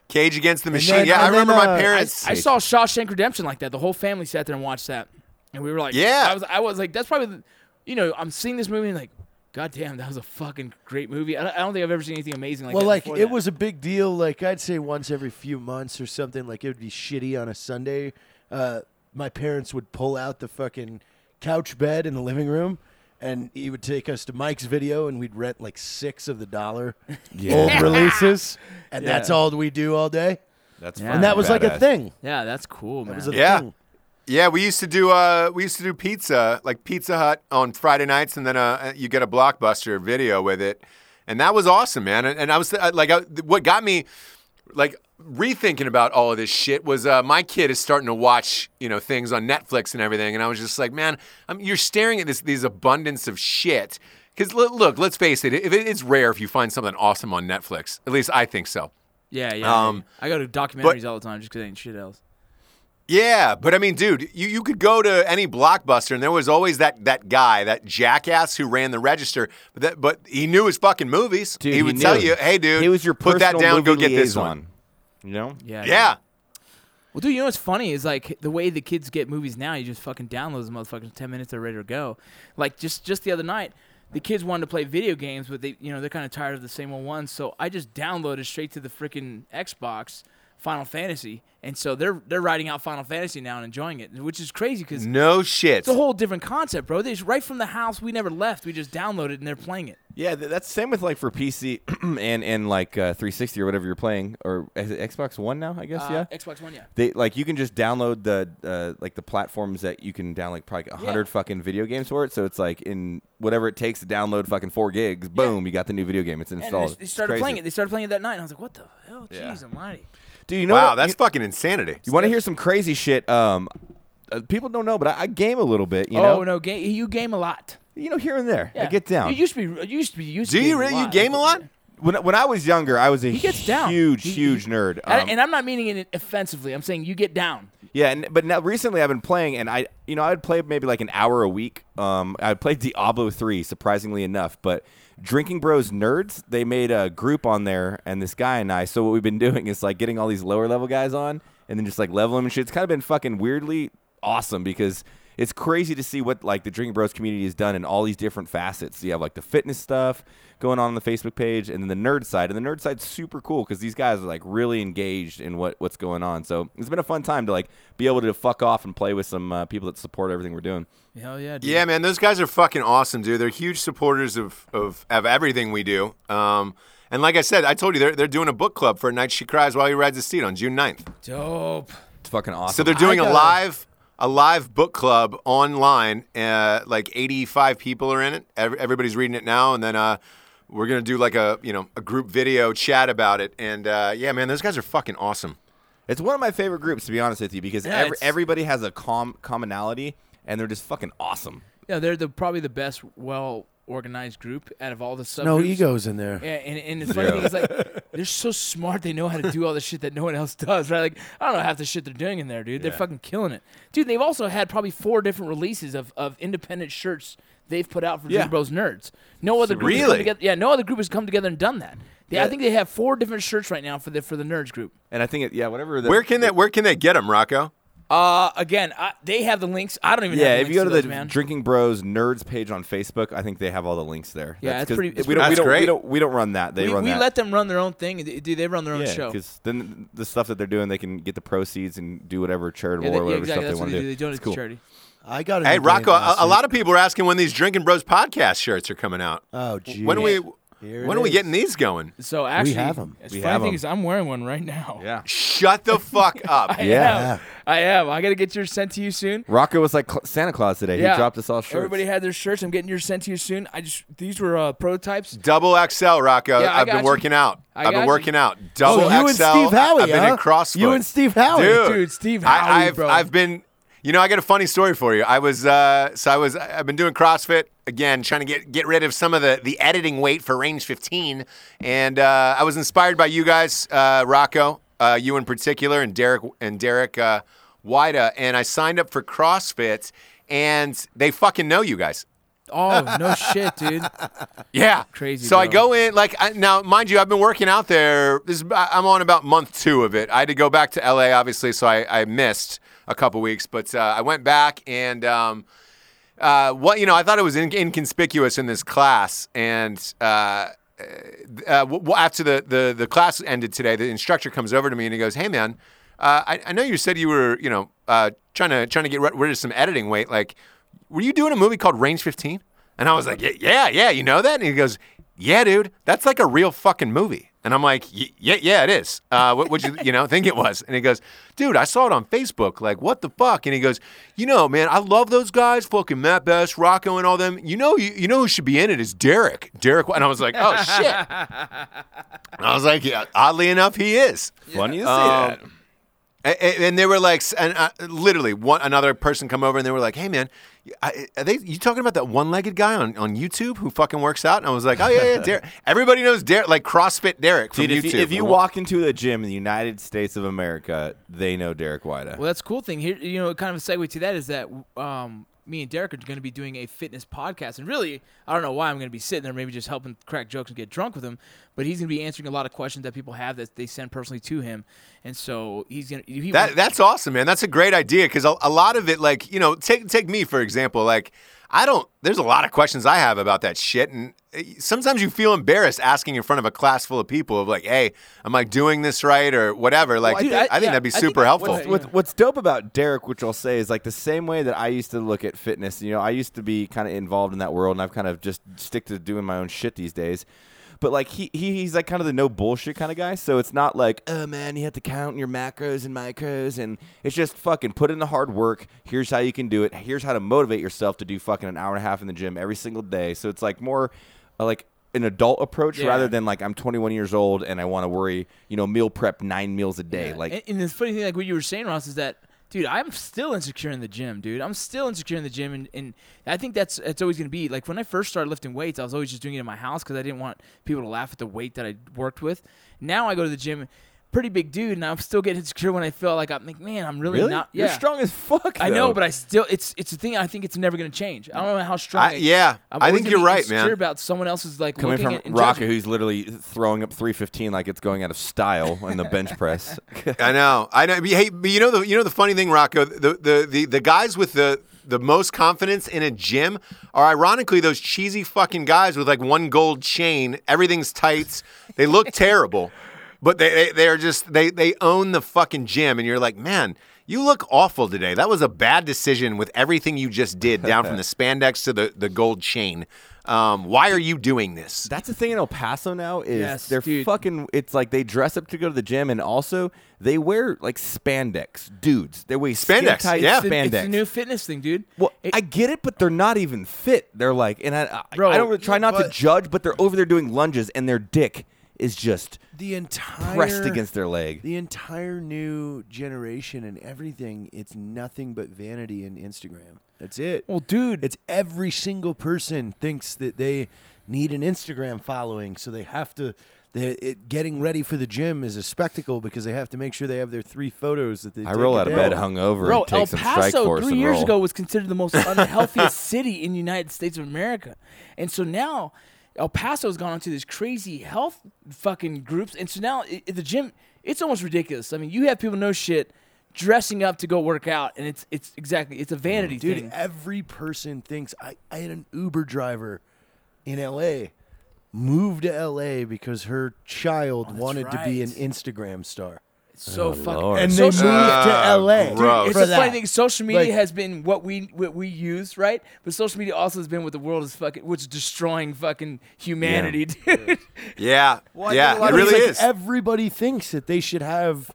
Cage Against the Machine.
then-
yeah, I
and then,
remember
uh,
my
I-
I,
parents.
I saw Shawshank Redemption like that. The whole family sat there and watched that, and we were like,
Yeah.
I was, I was like, that's probably, the, you know, I'm seeing this movie and like, god damn, that was a fucking great movie. I don't, I don't think I've ever seen anything amazing like
Well,
that.
like
before
it
that.
was a big deal. Like I'd say once every few months or something. Like it would be shitty on a Sunday. Uh, my parents would pull out the fucking couch bed in the living room, and he would take us to Mike's Video, and we'd rent like six of the dollar old releases, and that's all we do all day.
That's
Yeah.
And that was like a
badass.
thing.
yeah, that's cool, man.
It was a
Yeah.
thing.
Yeah, we used to do uh, we used to do pizza like Pizza Hut on Friday nights, and then uh, you get a blockbuster video with it, and that was awesome, man. And, and I was uh, like, I, what got me like rethinking about all of this shit was uh, my kid is starting to watch you know things on Netflix and everything, and I was just like, man, i you're staring at this these abundance of shit. Because look, let's face it, if it, it's rare if you find something awesome on Netflix. At least I think so.
yeah, yeah.
um,
I go to documentaries all the time just because ain't shit else.
Yeah, but I mean, dude, you, you could go to any blockbuster, and there was always that that guy, that jackass who ran the register. But that, but he knew his fucking movies.
Dude,
he would
knew.
tell you, "Hey, dude,
he was your
put that
personal
down, go
movie
get this
liaison,
one."
You know,
Yeah.
Yeah,
Well, dude, you know what's funny is like the way the kids get movies now. You just fucking download them, motherfuckers. in Ten minutes, they're ready to go. Like just just the other night, the kids wanted to play video games, but they you know they're kind of tired of the same old ones. So I just downloaded straight to the freaking Xbox Final Fantasy, and so they're they're writing out Final Fantasy now and enjoying it, which is crazy because
no shit.
it's a whole different concept, bro. They just right from the house. We never left. We just downloaded and they're playing it.
yeah. Th- that's the same with like for PC [CLEARS THROAT] and and like uh, 360 or whatever you're playing or is it Xbox One now, I guess. yeah,
Uh, Xbox One, yeah.
they like you can just download the uh, like the platforms that you can download like, probably a hundred fucking video games for it. So it's like in whatever it takes to download fucking four gigs, boom, you got the new video game. It's
And
installed.
they, they
It's
started
crazy.
playing it. They started playing it that night, and I was like, "What the hell? Jeez, almighty!"
Dude, you know
wow,
what?
that's
you,
fucking insanity.
you want to hear some crazy shit? Um, uh, people don't know, but I, I game a little bit. You know,
oh no, game you game a lot.
you know here and there. I
Yeah.
get down.
You used to be. You used to be. Used
Do
to
you
game
really
a
you
lot.
game a lot?
when when I was younger, I was a
He gets down.
huge,
He- he-
huge nerd.
I-
Um,
and I'm not meaning it offensively. I'm saying you get down.
Yeah, and, but now recently I've been playing, and I, you know, I'd play maybe like an hour a week. Um, I played Diablo three, surprisingly enough. But Drinking Bros Nerds, they made a group on there, and this guy and I. So what we've been [LAUGHS] doing is like getting all these lower level guys on, and then just like level them and shit. It's kind of been fucking weirdly awesome because it's crazy to see what like the Drinking Bros community has done in all these different facets. You have like the fitness stuff going on on the Facebook page, and then the nerd side. And the nerd side's super cool because these guys are like really engaged in what what's going on. So it's been a fun time to like be able to fuck off and play with some uh, people that support everything we're doing.
Hell yeah. Dude.
Yeah, man, those guys are fucking awesome, dude. They're huge supporters of of, of everything we do. Um, and like I said, I told you they're they're doing a book club for Night She Cries While He Rides His Seat on June 9th.
Dope.
It's fucking awesome.
So they're doing a live a live book club online. Uh, like 85 people are in it. Ev- everybody's reading it now, and then uh, we're gonna do like a you know a group video chat about it. And uh, yeah, man, those guys are fucking awesome.
It's one of my favorite groups to be honest with you because
Yeah,
every,
it's-
everybody has a com- commonality and they're just fucking awesome.
Yeah, they're the probably the best, well organized group out of all the subgroups.
No egos in there.
Yeah, and, and the funny thing is like [LAUGHS] they're so smart. They know how to do all the shit that no one else [LAUGHS] does, right? Like I don't know half the shit they're doing in there, dude. They're fucking killing it, dude. They've also had probably four different releases of, of independent shirts they've put out for
Yeah.
Jim Bros Nerds. No other group has come
Really?
together- yeah, no other group has come together and done that. They, I think they have four different shirts right now for the for the Nerds group.
And I think it, yeah, whatever. The,
Where can they where can they get them, Rocco?
Uh, again, I, they have the links. I don't even.
Yeah,
have
if you go to
links those,
the
man.
Drinking Bros Nerds page on Facebook, I think they have all the links there.
Yeah, it's
'cause
pretty- it's
we don't,
pretty-
we don't,
That's
We don't, we don't run that. They
we,
run
we
that.
let them run their own thing. They- Do they run their own
yeah,
show?
because then the stuff that they're doing, they can get the proceeds and do whatever charitable
Yeah, they-
or
yeah,
whatever
exactly.
stuff
That's
they
what
want
they
to
do. They
do.
donate
It's cool.
to charity.
I got.
Hey, Rocco, a, a lot of people are asking when these Drinking Bros podcasts shirts are coming out.
Oh, geez.
When do we When are we getting these going?
So actually,
have 'em.
As
We
funny
have
thing
'em.
is, I'm wearing one right now.
Yeah.
Shut the
[LAUGHS]
fuck up.
I
Yeah.
am. I am. I gotta get yours sent to you soon.
Rocco was like Cl- Santa Claus today.
Yeah.
He dropped us all shirts.
Everybody had their shirts. I'm getting yours sent to you soon. I just these were uh, prototypes.
Double XL, Rocco.
Yeah, I
I've
got
been
you.
working out.
I got
I've been
you.
working out. Double
Oh, you
XL.
and Steve Howie,
I've been
huh?
in CrossFit.
You and Steve Howie.
dude,
Dude, Steve
I,
Howie,
I've,
bro.
I've been. You know, I got a funny story for you. I was uh, so I was I've been doing CrossFit again, trying to get get rid of some of the the editing weight for Range 15, and uh, I was inspired by you guys, uh, Rocco, uh, you in particular, and Derek and Derek uh, Wida, and I signed up for CrossFit, and they fucking know you guys.
Oh
[LAUGHS]
no shit, dude.
Yeah,
Crazy,
So I
bro.
go in like I, now, mind you, I've been working out there. This is, I- I'm on about month two of it. I had to go back to LA, obviously, so I, I missed a couple weeks, but uh, I went back and. Um, uh, what you know, I thought it was in- inconspicuous in this class, and uh, uh, w- w- after the, the the class ended today, the instructor comes over to me and he goes, "Hey, man, uh, I, I know you said you were you know uh, trying to trying to get rid rid of some editing weight. Like, were you doing a movie called Range 15?" And I was like, "Yeah, "Yeah, yeah, you know that?" And he goes, "Yeah, dude, that's like a real fucking movie." And I'm like, "Y- "Yeah, yeah, it is. Uh, what would you you know think it was?" And he goes, "Dude, I saw it on Facebook. Like, what the fuck?" And he goes, "You know, man, I love those guys, fucking Matt Best, Rocco, and all them. You know, you, you know who should be in it is Derek. Derek." And I was like, "Oh shit." I was like, yeah, oddly enough, he is. Um,
Funny to see that.
A- a- And, they were like, s- and uh, literally, one another person come over and they were like, "Hey, man, I, are they you talking about that one-legged guy on, on YouTube who fucking works out?" And I was like, "Oh yeah, yeah,
[LAUGHS]
Derek. Everybody knows Derek, like CrossFit Derek from
Dude, if
YouTube."
you, if you walk into the gym in the United States of America, they know Derek Wida.
Well, that's a cool thing here. You know, kind of a segue to that is that um, me and Derek are going to be doing a fitness podcast, and really, I don't know why I'm going to be sitting there, maybe just helping crack jokes and get drunk with him. But he's going to be answering a lot of questions that people have that they send personally to him, and so he's going to. He
That that's awesome, man. That's a great idea because a, a lot of it, like you know, take take me for example. Like I don't. There's a lot of questions I have about that shit, and uh, sometimes you feel embarrassed asking in front of a class full of people of like, "Hey, am I doing this right or whatever?" Like,
dude,
I,
I-
I think
yeah,
that'd be
I think
super
that's
helpful.
what's-
What's, what's, what's dope about Derek, which I'll say, is like the same way that I used to look at fitness. You know, I used to be kind of involved in that world, and I've kind of just stick to doing my own shit these days. But like he, he he's like kind of the no bullshit kind of guy. So it's not like, oh man, you have to count your macros and micros, and it's just fucking put in the hard work. Here's how you can do it. Here's how to motivate yourself to do fucking an hour and a half in the gym every single day. So it's like more uh, like an adult approach
Yeah.
rather than like I'm 21 years old and I want to worry, you know, meal prep nine meals a day. Like
and, and the funny thing, like what you were saying, Ross, is that dude, I'm still insecure in the gym, dude. I'm still insecure in the gym, and, and I think that's it's always gonna be like when I first started lifting weights, I was always just doing it in my house because I didn't want people to laugh at the weight that I worked with. Now I go to the gym, pretty big dude, and I'm still getting [LAUGHS] insecure when I feel like I'm like, man, I'm really, not. Yeah,
You're strong as fuck.
I know,
though.
but I still it's it's a thing. I think it's never gonna change. I don't know how strong.
I- yeah,
I'm
I
always
think
gonna
you're
be
right,
insecure
man.
About someone else's like
coming
looking
from
at, and
Rocket,
judging.
who's literally throwing up 315 like it's going out of style in the bench [LAUGHS] press.
I know, I know. But Hey, but you know the you know the funny thing, Rocco. The the the, the guys with the the most confidence in a gym are ironically those cheesy fucking guys with like one gold chain. Everything's tights. They look terrible, but they they, they are just they they own the fucking gym. And you're like, man. You look awful today. That was a bad decision with everything you just did, down
[LAUGHS]
from the spandex to the, the gold chain. Um, why are you doing this?
That's the thing in El Paso now is
Yes,
they're
dude.
fucking. It's like they dress up to go to the gym, and also they wear like spandex, dudes. They wear
Spandex,
skin-tight
yeah.
It's the-
spandex.
It's the new fitness thing, dude.
well,
It-
I get it, but they're not even fit. They're like, and I, I,
Bro,
I don't really try not to
but-
judge, but they're over there doing lunges, and their dick is just
the entire
pressed against their leg.
the entire new generation and everything. It's nothing but vanity and Instagram. That's it.
well, dude,
It's every single person thinks that they need an Instagram following, so they have to. They, it, getting ready for the gym is a spectacle because they have to make sure they have their three photos that they.
I
take
roll
a
out of
day.
bed hungover
Bro,
and take
El
some strike
Paso
force
three
and
years
roll.
ago was considered the
[LAUGHS]
most unhealthiest city in the United States of America, and so now El Paso's gone into this crazy health fucking groups, and so now i i- the gym it's almost ridiculous. I mean, you have people no shit dressing up to go work out, and it's it's exactly it's a vanity
Dude, uh,
thing.
every person thinks I, I had an Uber driver in LA moved to LA because her child wanted to be an
Oh, right.
Instagram star.
so fucking.
Oh, Lord.
and they moved
Social
to
Ah,
media-
LA
Gross.
It's
for
a
that.
funny thing. Social media
Like-
has been what we what we use, right? But social media also has been what the world is fucking, what's destroying fucking humanity, [LAUGHS] dude.
Yeah,
I think a
yeah,
lot
it
of
really
It's like
is.
Everybody thinks that they should have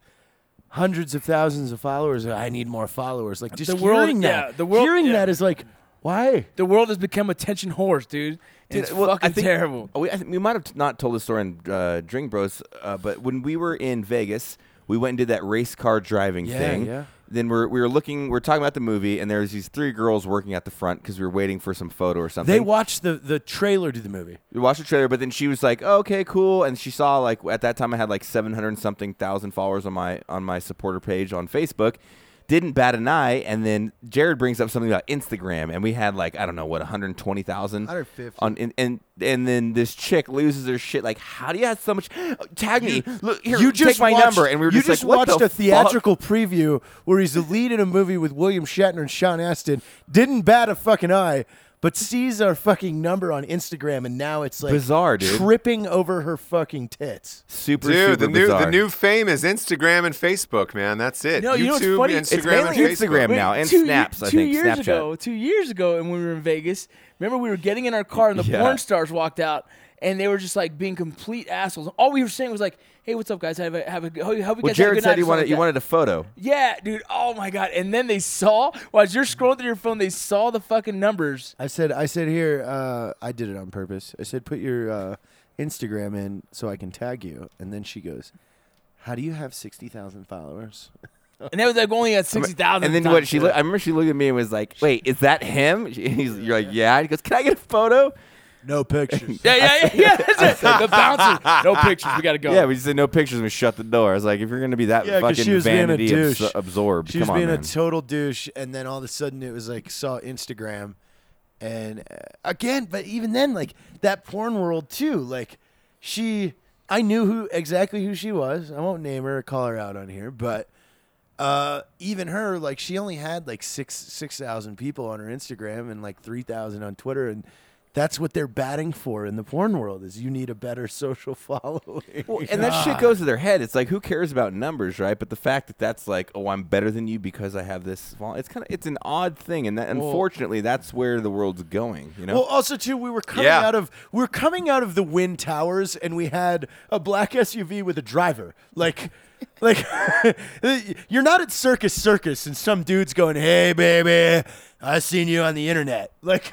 hundreds of thousands of followers. I need more followers. Like just
The world-
hearing that,
yeah, the world-
hearing
yeah.
that is like, why?
the world has become attention whores, dude. And it's
well,
fucking
I think-
terrible.
Oh, we, I think we might have t- not told the story in uh, Drink Bros, uh, but when we were in Vegas, we went and did that race car driving
Yeah,
thing.
yeah.
Then we're, we were looking, we we're talking about the movie, and there's these three girls working at the front because we were waiting for some photo or something.
They watched the the trailer to the movie.
we watched the trailer, but then she was like, oh, "Okay, cool," and she saw like at that time I had like seven hundred and something thousand followers on my on my supporter page on Facebook. Didn't bat an eye, and then Jared brings up something about Instagram, and we had like I don't know what one hundred twenty thousand
150.
on, and, and and then this chick loses her shit. Like, how do you have so much? uh, Tag me, look here,
you just
take my
watched,
number, and we were
you
just,
just
like, what
watched
the
a theatrical preview where he's the lead in a movie with William Shatner and Sean Astin. Didn't bat a fucking eye, but sees our fucking number on Instagram, and now it's like
Bizarre, dude.
tripping over her fucking tits.
super super
Dude, the new
bizarre.
the new fame is Instagram and Facebook, man. That's it.
No,
YouTube,
you know what's funny? It's
Instagram,
it's mainly
and Facebook.
Instagram now
Wait,
and
two ye-
snaps. I
two
think
years
Snapchat.
ago, two years ago, and when we were in Vegas, remember we were getting in our car and the
Yeah.
porn stars walked out, and they were just like being complete assholes. All we were saying was like, "Hey, what's up, guys? Have a have a good- hope you
Well,
guys have a
Jared
good night."
said
or
he
something
wanted
like
he
that.
wanted a photo.
Yeah, dude. Oh my god. And then they saw. Well, as you're scrolling through your phone, they saw the fucking numbers.
I said, I said here, uh, I did it on purpose. I said, put your uh, Instagram in so I can tag you. And then she goes, How do you have 60,000 followers?
And that was like only at sixty thousand.
And then what she looked, I remember she looked at me and was like, "Wait, is that him?" [LAUGHS] She- he's, you're like, "Yeah." He goes, "Can I get a photo?" [LAUGHS]
No pictures.
Yeah, yeah, yeah. yeah that's it. The bouncers. No pictures. We gotta go.
[LAUGHS] Yeah, we just said no pictures and we shut the door. I was like, "If you're gonna be that
Oh. Yeah, 'cause
fucking
she was being a
vanity abs-
douche.
absorbed,
she
come
was
on,
being a
man."
total douche. And then all of a sudden it was like, saw Instagram. And uh, again, but even then, like that porn world too. Like she, I knew who exactly who she was. I won't name her or call her out on here, but uh, even her, like she only had like six six thousand people on her Instagram and like three thousand on Twitter, and that's what they're batting for in the porn world is you need a better [LAUGHS] social following.
Well, and that shit goes to their head. It's like, who cares about numbers, right? But the fact that that's like, oh, I'm better than you because I have this small. It's kind of it's an odd thing, and that, unfortunately, that's where the world's going. You know,
Well, also too, we were coming
Yeah.
out of we were coming out of the wind towers, and we had a black SUV with a driver. Like, [LAUGHS] like you're not at Circus Circus, and some dude's going, "Hey, baby, I seen you on the internet." [LAUGHS] Like,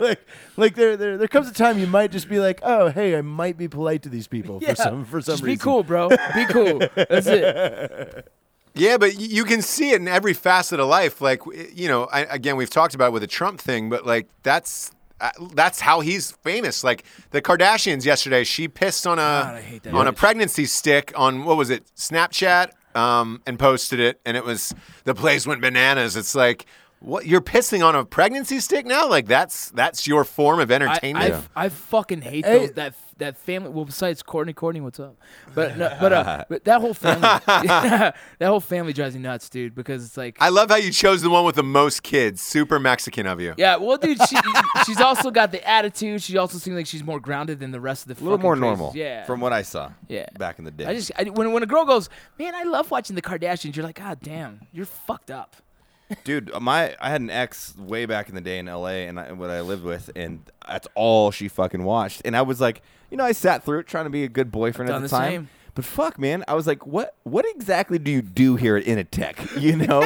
like, like there, there, there comes a time you might just be like, "Oh, hey, I might be polite to these people for some for some
Just
reason."
be cool, bro. Be
[LAUGHS]
cool. That's it.
Yeah, but y- you can see it in every facet of life. Like w- you know, I, again, we've talked about it with the Trump thing, but like that's uh, that's how he's famous. Like the Kardashians yesterday, she pissed on a
I hate that
on a pregnancy stick on what was it, Snapchat, um, and posted it, and it was the place went bananas. It's like. What you're pissing on a pregnancy stick now? Like that's that's your form of
I,
entertainment.
I, I fucking hate
Hey.
those, that that family. Well, besides Courtney, Courtney, what's up? But no, but uh, but that whole family, [LAUGHS] that whole family drives me nuts, dude. Because it's like,
I love how you chose the one with the most kids. Super Mexican of you.
yeah, well, dude, she, she's also got the attitude. She also seems like she's more grounded than the rest of the.
a little
fucking
more
crazies.
normal,
Yeah,
from what I saw,
Yeah.
back in the day.
I just I, when when a girl goes, man, I love watching the Kardashians. You're like, God damn, you're fucked up.
Dude, my I had an ex way back in the day in L.A. and I, what I lived with, and that's all she fucking watched. And I was like, you know, I sat through it trying to be a good boyfriend at
done
the
the
time.
same.
But fuck, man, I was like, what? What exactly do you do here at Initech? [LAUGHS] You know,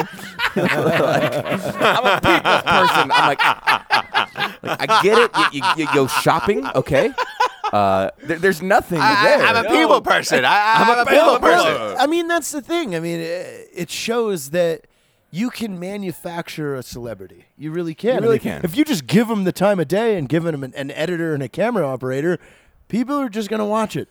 Like, I'm a people person. I'm like, like, I get it. You, you, you go shopping, okay? Uh, there, there's nothing
I,
there.
am a people person. I, I, am
I'm
a,
a
people
people
person.
person.
I mean, that's the thing. I mean, it, it shows that you can manufacture a celebrity. You really can.
You
I
really
mean,
can.
If you just give them the time of day and give them an, an editor and a camera operator, people are just going to watch it.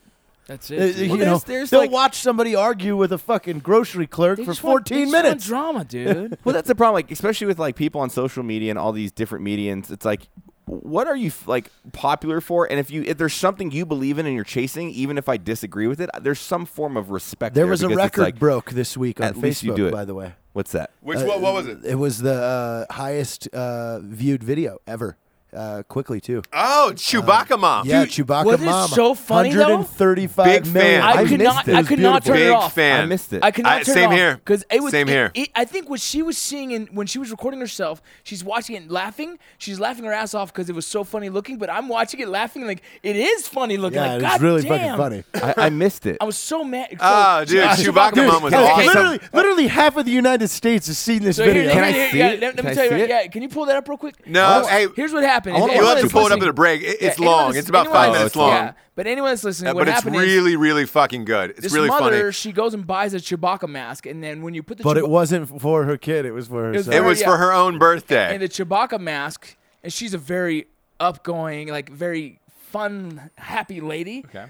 That's
Uh,
it. dude.
you
there's-
know,
there's
they'll
like-
watch somebody argue with a fucking grocery clerk
They
for
just want- they
14
just want
minutes.
drama, dude.
well that's the problem like especially with like people on social media and all these different mediums it's like what are you f- like popular for and if you if there's something you believe in and you're chasing even if i disagree with it uh, there's some form of respect there,
there was a
because it's
record
like,
broke this week on
at least you
Facebook,
do it.
by the way.
what's that
Which
Uh,
what, what was it?
It was the uh, highest uh, viewed video ever. uh, quickly too.
Oh, Chewbacca
Uh,
mom.
yeah, Chewbacca
was it
mama.
so funny, though?
135
Big
million.
fan. I
could
missed
not-
it.
I
It was
could not turn it
beautiful.
Big
off.
fan.
I missed it.
I could not
I-
turn
same
it off
here.
because it was.
Same
it-
here.
it- I think what she was seeing in when she was recording herself, she's watching it and laughing. She's laughing her ass off because it was so funny looking. But I'm watching it laughing like it is funny looking.
Yeah,
like,
it
God
was really
damn."
fucking funny.
I, I missed it.
[LAUGHS] I was so mad. So,
Oh, dude, Chewbacca, mom was
[LAUGHS] Dude,
awesome.
Literally, literally half of the United States has seen this
So here,
video.
let
Can
me-
I
here-
see
yeah, Let,
it?
let
Can
me
I
tell you.
see
Right,
it?
yeah, can you pull that up real quick?
No, hey,
here's what happened. If
You'll
anyone
have to
that's
pull it up at
listening-
a break. It-
Yeah,
It's
anyone
long.
that's-
It's about
anyone
five
that's-
minutes long.
Yeah, but anyone that's listening,
Uh,
what
but it's
happened is
really, really fucking good. It's
this
really
mother,
funny.
she goes and buys a Chewbacca mask, and then when you put the
But
Chewba-
it wasn't for her kid. It was for
was
herself.
It was
yeah.
for her own birthday.
and the Chewbacca mask, and she's a very upgoing, like very fun, happy lady. Okay.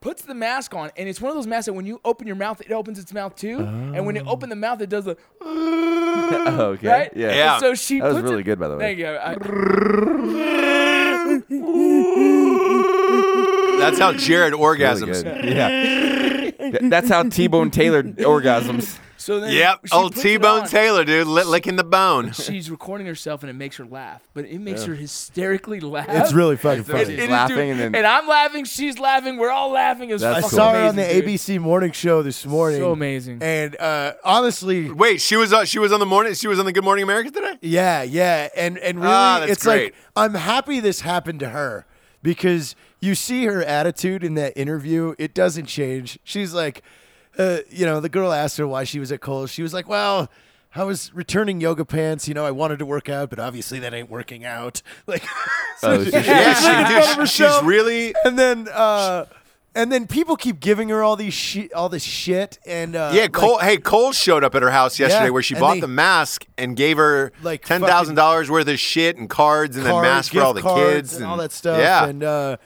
Puts the mask on, and it's one of those masks that when you open your mouth, it opens its mouth too. And when it opened the mouth, it does the
Oh, okay.
right.
Yeah.
Oh. [LAUGHS] Yeah.
And so she
That was
puts
really
it-
good, by the way.
Thank you. I-
That's how Jared orgasms.
Really good. Yeah.
[LAUGHS]
Th- That's how T-Bone Taylor orgasms.
so then
Yep,
she
old
puts it
T Bone
on.
Taylor, dude, li- licking
[LAUGHS]
the bone.
She's recording herself, and it makes her laugh, but it makes her hysterically laugh. [LAUGHS]
It's really fucking funny.
It is, dude.
laughing and then-
I'm laughing, she's laughing, we're all laughing. It's
That's
I
fucking
cool.
saw her on
amazing,
the
dude.
ABC morning show this morning.
So amazing.
And uh, honestly,
Wait, she was uh, she was on the morning. She was on the Good Morning America today.
yeah, yeah. And and really,
Ah, that's
it's
great.
like I'm happy this happened to her because you see her attitude in that interview. It doesn't change. She's like, uh, you know, the girl asked her why she was at Kohl's. She was like, well. I was returning yoga pants. You know, I wanted to work out, but obviously that ain't working out. [LAUGHS] Like, so
Oh,
she-
so she-
Yeah,
in
she,
front of
dude, she- she's
herself.
really.
and then uh and then people keep giving her all these shi- all this shit and uh
Yeah, Cole. hey, Cole showed up at her house yesterday
Yeah,
where she
and
bought
they-
the mask and gave her
Like
ten thousand dollars worth of shit and cards and
like, cards,
then masks for all
gift
the
cards
kids
and, all that stuff
Yeah,
and uh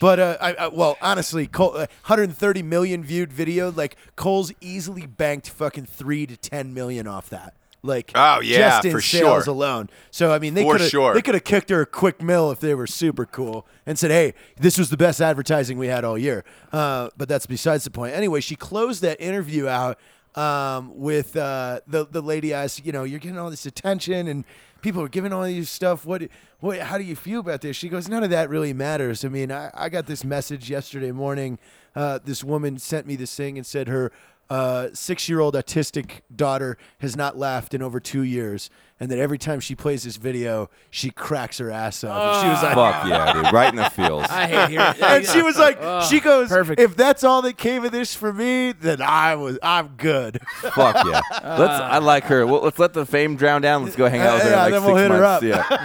but uh, I, I, well, honestly, Cole, uh, 130 million viewed video. Like Cole's easily banked fucking three to 10 million off that. Like,
Oh, yeah,
just in
for
sales
sure.
alone. So I mean, they
For
could have
sure.
they could have kicked her a quick mill if they were super cool and said, "Hey, this was the best advertising we had all year." Uh, but that's besides the point. Anyway, she closed that interview out um, with uh, the the lady asked, "You know, you're getting all this attention and." people are giving all you stuff. What, what, how do you feel about this? She goes, none of that really matters. I mean, I, I got this message yesterday morning. Uh, this woman sent me this thing and said her uh, six year old autistic daughter has not laughed in over two years. And that every time she plays this video, she cracks her ass up. And she was like,
Fuck yeah, dude! Right in
[LAUGHS]
the feels.
I hate
[LAUGHS]
hearing
and she was like, she goes,
Ah. perfect.
if that's all that came of this for me, then I was, I'm good.
Fuck yeah. Let's. I like her. Well, let's let the fame drown down. Let's go hang out with her. in
Yeah,
like
then
six
we'll hit her
months.
up.
Yeah.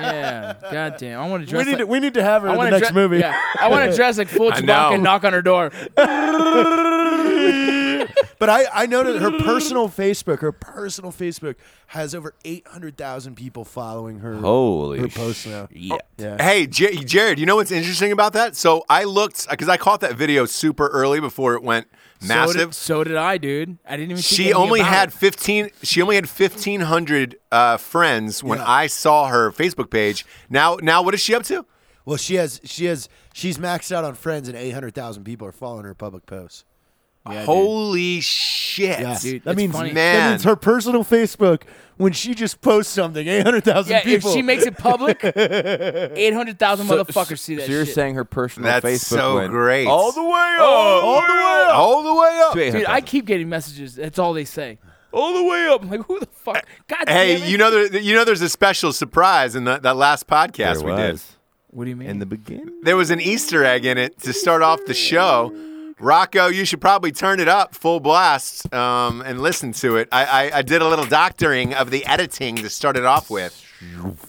Yeah, goddamn. I want to
we
dress.
need,
like,
to, we need to have her
I
in the
wanna
next
dre-
movie.
Yeah, I want to dress like full
know.
Chewbacca and knock on her door.
But I, I noted her personal Facebook, her personal Facebook has over 800,000 people following her,
Holy.
her posts
sh-
now. [LAUGHS]
Yeah.
Hey, J- Jared, you know what's interesting about that? So I looked because I caught that video super early before it went
So did,
massive.
so did I, dude. I didn't even. think
she
anything
only
about
had
it.
fifteen. She only had fifteen hundred uh, friends when I saw her Facebook page. Now, now, what is she up to?
Well, she has she has she's maxed out on friends and 800,000 people are following her public posts.
Holy shit!
Yeah.
Dude,
that
it's
means
funny.
Man.
that means her personal Facebook when she just posts something 800,000
Yeah,
people.
if she makes it public, eight hundred thousand
So-
motherfuckers see that.
So you're
shit.
saying her personal
That's
Facebook
so
went
great.
all the way up,
Oh,
all the way up,
All the way up.
to 800,000.
Dude, I keep getting messages. That's all they say. All the way up. I'm like, who the fuck? God damn
Hey,
it.
you know there, you know there's a special surprise in that, that last
There
podcast we did.
was.
What do you mean?
in the beginning.
There was an Easter egg in it to start off the show. Rocco, you should probably turn it up full blast um, and listen to it. I, I, I did a little doctoring of the editing to start it off with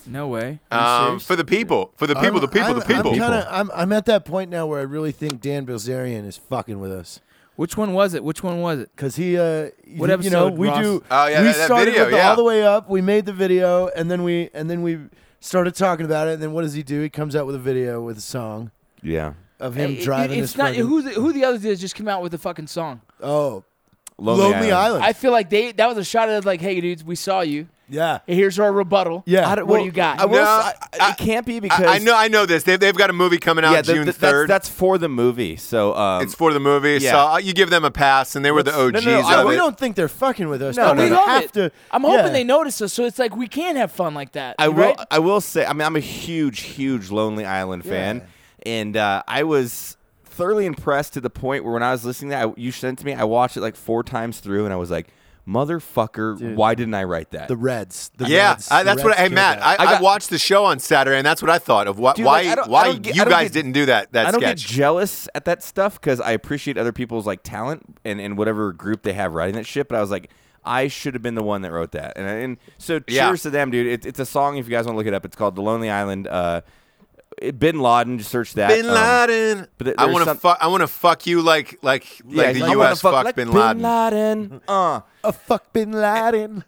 no way.
um, for the people, for the people, the people, the people.
I'm, kinda, I'm, I'm at that point now where I really think Dan Bilzerian is fucking with us.
Which one was it? Which one was it?
Cause he, uh,
What
you, you know,
episode,
we
Ross?
do.
Oh, yeah,
we
that- that
started
video,
with the
yeah.
all the way up. We made the video, and then we and then we started talking about it. And then what does he do? He comes out with a video with a song
Yeah.
of him
It- it-
driving
it's
his
not
friggin-
who the, who the others did just come out with a fucking song.
oh
Lonely,
Island.
I feel like they that was a shot at like, hey dudes, we saw you.
Yeah.
Here's our rebuttal.
Yeah.
I don't- what do you got?
I will.
No,
s- I-
I-
it can't be because
I, I know, I know this. They've, they've got a movie coming out
Yeah, the-
June
the- that's,
third.
that's for the movie. So um,
it's for the movie, so
yeah.
uh, you give them a pass, and they were the
Let's- no,
OGs.
no, no, I
of
we
it.
don't think they're fucking with us.
No,
They
we
no,
love
have
it.
to-
I'm hoping
yeah.
they notice us, so it's like we can have fun like that.
I will.
right?
I will say. I mean, I'm a huge, huge Lonely Island fan, and uh, I was thoroughly impressed to the point where when I was listening to that, I, you sent to me, I watched it like four times through, and I was like, "Motherfucker, why didn't I write that?"
The Reds. The
Yeah,
Reds,
I,
the
that's what.
Reds
Hey,
killed
Matt,
that.
I,
I
I,
got-
watched the show on Saturday, and that's what I thought of. What,
Dude,
why,
like, I don't- I
why
don't get- I
you
don't
guys
get-
didn't do that? That
I don't
sketch.
get jealous at that stuff because I appreciate other people's like talent and, and whatever group they have writing that shit. But I was like, I should have been the one that wrote that. And, and so cheers
Yeah.
to them, dude. It, it's a song if you guys want to look it up. It's called "The Lonely Island." Uh, it- Bin Laden, just search that.
Bin
um,
Laden.
but th-
I
there's
want to
some-
fuck. I want to fuck you like like like the
he's like, I wanna
U.S.
fuck
fucked
like
Bin Laden.
Laden. Uh.
a fuck Bin Laden.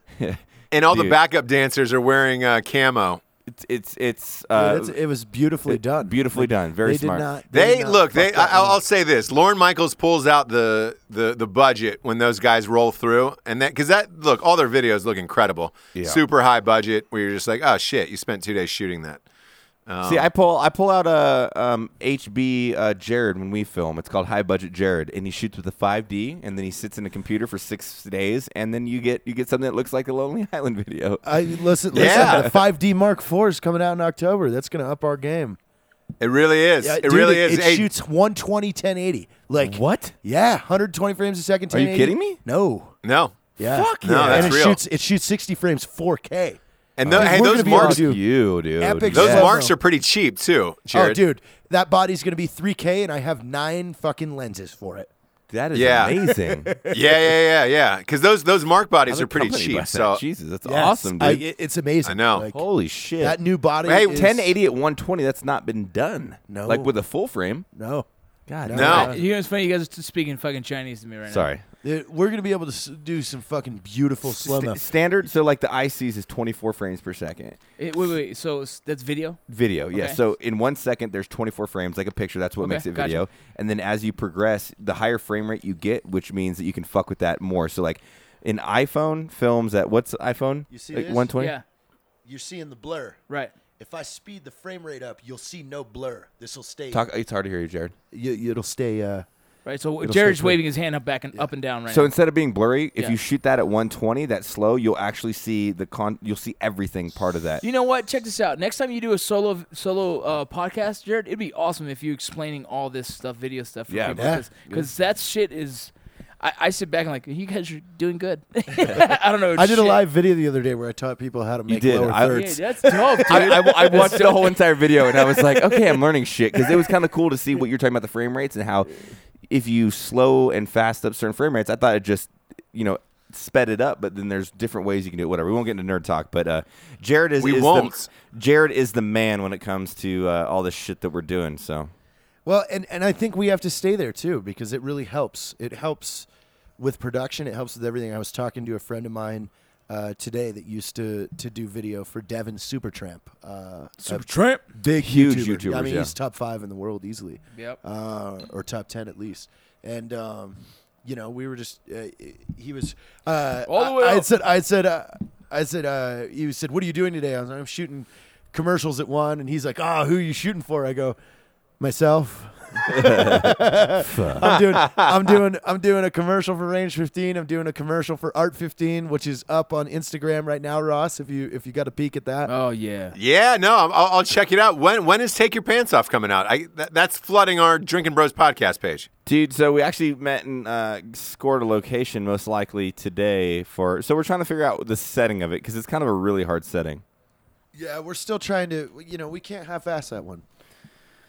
And all the
Dude.
backup dancers are wearing uh, camo.
It's it's it's [LAUGHS]
Yeah,
uh,
that's- it was beautifully done.
beautifully done. Very
they
smart.
Did not,
They
did not
look.
fuck
They.
that
I, I'll,
one.
I'll say this: Lauren Michaels pulls out the the the budget when those guys roll through, and that because that look, all their videos look incredible.
Yeah.
Super high budget. Where you're just like, oh shit, you spent two days shooting that.
See,
Oh.
I pull I pull out a um, HB uh, Jared when we film. It's called High Budget Jared, and he shoots with a 5D, and then he sits in a computer for six days, and then you get you get something that looks like a Lonely [LAUGHS] Island video.
I listen. listen
Yeah.
the 5D Mark IV is coming out in October. That's going to up our game.
It really is.
Yeah,
it
dude,
really
It,
is.
it
Hey,
shoots 120, 1080. Like
What?
Yeah, 120 frames a second.
Are you
1080.
kidding me?
No.
no.
Yeah.
Fuck
No, yeah. that's
and it
real.
shoots. It shoots 60 frames, Oh, 4K.
And tho-
Dude,
hey,
we're
those
gonna be able
marks,
to do-
you dude.
Epic
those
Yeah.
marks
No.
are pretty cheap too, Jared.
Oh, dude, that body's going to be 3K, and I have nine fucking lenses for it.
That is
Yeah.
[LAUGHS]
amazing.
[LAUGHS] Yeah, yeah, yeah, yeah. Because those those mark bodies
Other
are pretty
company
cheap.
buys that.
So
Jesus, that's
Yes,
awesome, dude.
I- it- it's amazing.
I know.
Like,
Holy shit.
that new body.
Hey,
is-
1080 at 120. That's not been done.
No.
like with a full frame.
No.
God,
No.
uh,
I- you know, it's funny. You guys are t- speaking fucking Chinese to me right
Sorry.
Dude, we're going to be able to s- do some fucking beautiful slow mo.
St- standard. So like the ICs is 24 frames per second.
now. Sorry. Wait, wait, wait. So it's- that's video.
Video, yeah.
Okay.
So in one second, there's 24 frames, like a picture. That's what
Okay,
makes it
gotcha.
video. And then as you progress, the higher frame rate you get, which means that you can fuck with that more. So like, an iPhone films at what's iPhone? You
see
like
this?
120.
Yeah.
You're seeing the blur.
Right.
If I speed the frame rate up, you'll see no blur. This will stay.
Talk. It's hard to hear you, Jared.
You, it'll stay. Uh,
Right. So
It'll
Jared's
stay clear.
waving his hand up, back and up and down right
So
now.
instead of being blurry, if
Yeah.
you shoot that at 120, that slow, you'll actually see the con. You'll see everything part of that.
You know what? Check this out. Next time you do a solo solo uh, podcast, Jared, it'd be awesome if you explaining all this stuff, video stuff. For
Yeah,
Yeah.
Because that shit is. I, I sit back and like, you guys are doing good. [LAUGHS] I don't know.
I did a
shit.
live video the other day where I taught people how to make
did.
lower
I-
Yeah,
thirds.
that's dope, dude.
I, I- I watched the whole entire video and I was like, okay, I'm learning shit because it was kind of cool to see what you're talking about the frame rates and how if you slow and fast up certain frame rates, I thought it just you know sped it up, but then there's different ways you can do it. Whatever. We won't get into nerd talk, but uh, Jared is
We
is
won't.
The, Jared is the man when it comes to uh, all this shit that we're doing. So
Well, and, and I think we have to stay there too because it really helps. It helps with production. It helps with everything. I was talking to a friend of mine uh, today that used to to do video for Devin Supertramp. Uh, Supertramp,
Trent.
big
Huge
YouTuber. I
YouTubers,
mean,
yeah.
he's top five in the world easily.
Yep.
Uh, or top ten at least. And um, you know, we were just uh, he was uh,
All the way
I, I had
up.
said I had said uh, I said uh, you said what are you doing today? I was like, I'm shooting commercials at one, and he's like, oh, who are you shooting for? I go myself. [LAUGHS] I'm doing I'm doing I'm doing a commercial for Range 15. I'm doing a commercial for Art 15, which is up on Instagram right now, Ross. If you if you got a peek at that,
Oh yeah.
yeah, no, I'll, I'll check it out. When when is Take Your Pants Off coming out? I that, that's flooding our Drinking Bros podcast page.
Dude, so we actually met and uh, scored a location most likely today for. So we're trying to figure out the setting of it because it's kind of a really hard setting.
yeah, we're still trying to you know we can't half-ass that one.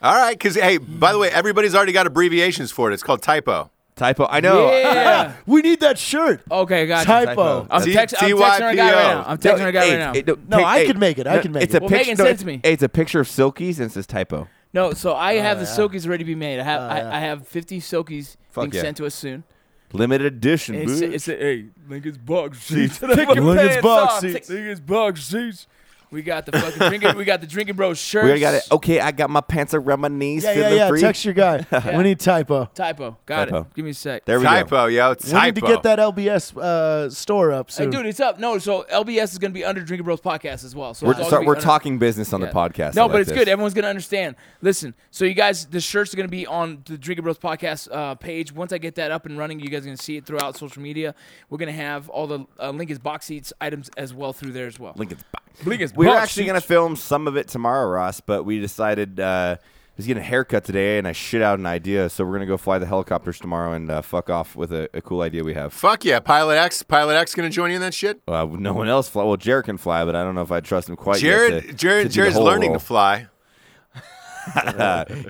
All right, because hey, by the way, everybody's already got abbreviations for it. It's called typo.
Typo. I know. [LAUGHS]
Yeah.
We need that shirt.
okay, gotcha.
Typo.
I'm,
T-
text- I'm texting our guy right now.
TYPO.
I'm texting our guy right now.
No, I could make it. I could make
it's
it.
A
Well,
picture,
Megan
no,
sent
it's,
to me.
It's a picture of Silkies and it says typo.
No, so I
Oh,
have the silkies ready to be made. I have I, I have 50 silkies
Fuck
being
yeah.
sent to us soon.
Limited edition.
It's
bitch. [LAUGHS]
it's a, hey, Lincoln's box seats.
Lincoln's box seats.
Lincoln's box seats. We got the fucking drinking. We got the drinking bro shirts.
[LAUGHS] We already got it. Oh. Okay, I got my pants around my knees.
Yeah, yeah,
feeling
yeah.
free.
Text your guy. We need typo.
Typo. Got
Typo.
it. Give me a sec.
There we go.
Typo, yo.
We need to
Typo.
get that LBS uh, store up
Hey,
soon.
dude, it's up. No, so LBS is going to be under Drinking Bros podcast as well. So
We're,
it's all
so
gonna be
we're
under-
talking business on
Yeah.
the podcast. I
No,
like
but it's
this.
good. Everyone's gonna understand. Listen, so you guys, the shirts are gonna be on the Drinking Bros podcast uh, page. Once I get that up and running, you guys are gonna see it throughout social media. We're gonna have all the uh, Lincoln's box seats items as well through there as well.
Lincoln's back.
Lincoln's
We were
box
actually
seats.
going to film some of it tomorrow, Ross, but we decided uh, I was getting a haircut today and I shit out an idea. So we're going to go fly the helicopters tomorrow and uh, fuck off with a, a cool idea we have.
Fuck yeah, Pilot X. Pilot X gonna join you in that shit.
Uh, [LAUGHS] no one else fly. Well, Jared can fly, but I don't know if I trust him quite yet.
Jared,
to- to do
Jared,
the
Jared's
whole [LAUGHS]
learning
role.
to fly.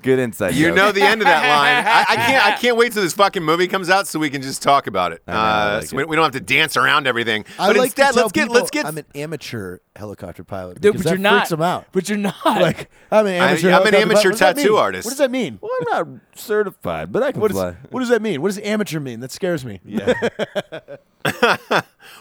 good insight.
You
joke.
know the end of that line. I, I
[LAUGHS]
can't. I can't wait till this fucking movie comes out so we can just talk about it.
know, I
uh,
like
so
it.
We, we don't have to dance around everything. but
I like to
instead,
tell
let's get.
people
Let's get.
I'm an amateur helicopter pilot.
Dude,
because
but you're
that
not.
freaks
[LAUGHS]
'em out.
But you're not.
Like I'm an amateur.
I'm an
helicopter
amateur
pilot. What does that
tattoo
mean?
artist.
What does that mean?
Well, I'm not certified, but I can
What, is,
fly.
what does that mean? What does amateur mean? That scares me.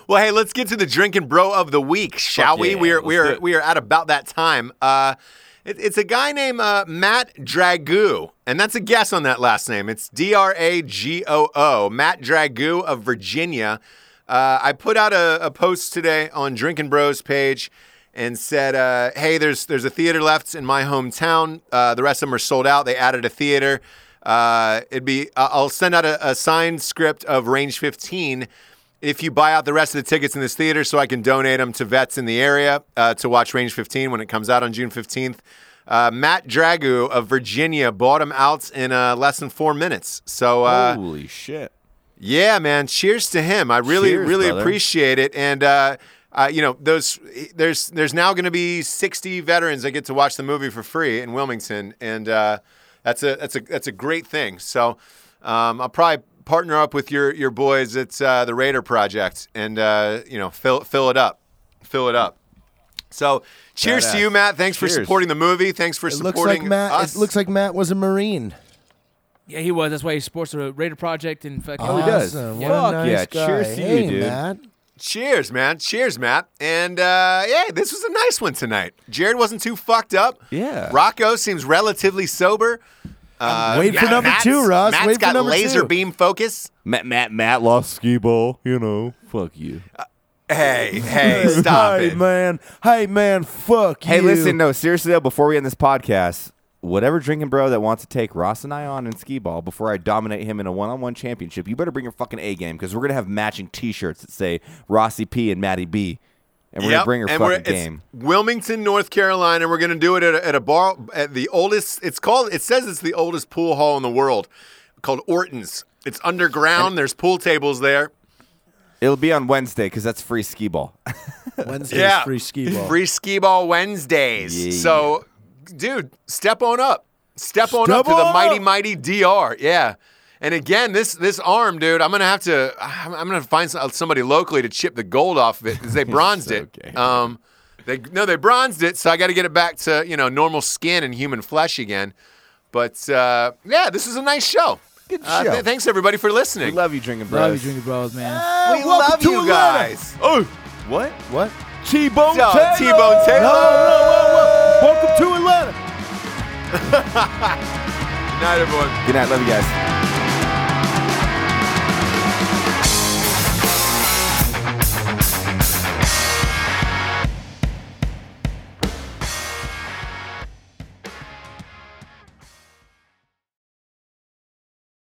well, hey, let's get to the drinking bro of the week, shall we?
yeah,
we are.
let's
We
do
are.
it.
We are at about that time. Uh, it, it's a guy named uh, Matt Dragoo, and that's a guess on that last name. It's D R A G O O. Matt Dragoo of Virginia. Uh, I put out a, a post today on Drinking Bros page. and said, uh, "Hey, there's there's a theater left in my hometown. Uh, the rest of them are sold out. They added a theater. Uh, it'd be I- I'll send out a, a signed script of Range 15 if you buy out the rest of the tickets in this theater, so I can donate them to vets in the area uh, to watch Range 15 when it comes out on June 15th." Uh, Matt Dragoo of Virginia bought them out in uh, less than four minutes. So uh,
Holy shit!
yeah, man. Cheers to him. I really,
Cheers,
really
brother.
appreciate it. And uh, uh, you know, those there's there's now going to be 60 veterans that get to watch the movie for free in Wilmington, and uh, that's a that's a that's a great thing. So um, I'll probably partner up with your your boys at uh, the Raider Project, and uh, you know, fill fill it up, fill it up. So, cheers to
Badass.
you, Matt. Thanks for
Cheers.
supporting the movie. Thanks for
It looks
supporting
like Matt.
us.
It looks like Matt was a marine.
yeah, he was. That's why he sports the Raider Project and fucking.
Oh, he does.
Awesome. What
Fuck
a nice
yeah.
guy.
Cheers to you,
Hey,
dude.
Matt.
Cheers, man. Cheers, Matt. And uh, yeah, this was a nice one tonight. Jared wasn't too fucked up.
Yeah.
Rocco seems relatively sober. Uh,
Wait for number two, Ross.
Matt's
Wait for
got
number
laser
two.
beam focus.
Matt, Matt, Matt lost skee ball. You know, fuck you.
[LAUGHS] Hey, hey, stop
hey,
it.
man. Hey, man. Fuck
Hey,
you.
listen, no, seriously though, before we end this podcast, whatever drinking bro that wants to take Ross and I on in skee ball before I dominate him in a one-on-one championship, you better bring your fucking A game because we're gonna have matching T-shirts that say Rossi P and Matty B, and we're
Yep,
gonna bring her
and
fucking
we're- it's
game.
Wilmington, North Carolina. We're gonna do it at a, at a bar at the oldest. It's called. It says it's the oldest pool hall in the world, called Orton's. It's underground. There's pool tables there.
It'll be on Wednesday because that's free skee ball.
Wednesday's
yeah.
free ski ball.
Free skee ball Wednesdays.
Yeah.
So, dude, step on up. Step on up
Step
to the
on
mighty,
up.
mighty DR. Yeah. And again, this this arm, dude, I'm gonna have to. I'm I'm gonna find some- somebody locally to chip the gold off of it because they bronzed
okay.
it. Um, they no, they bronzed it, so I got to get it back to you know normal skin and human flesh again. But uh, yeah, this is a nice show. Good
show.
thanks everybody for
we
listening.
love you, drinking bros.
Love you, Drinking Bros, man.
Uh, We love you guys.
Oh, what?
What?
T-bone
So,
Taylor.
T-Bone Taylor.
Welcome to Atlanta.
Night, everyone.
Good night. Love you guys.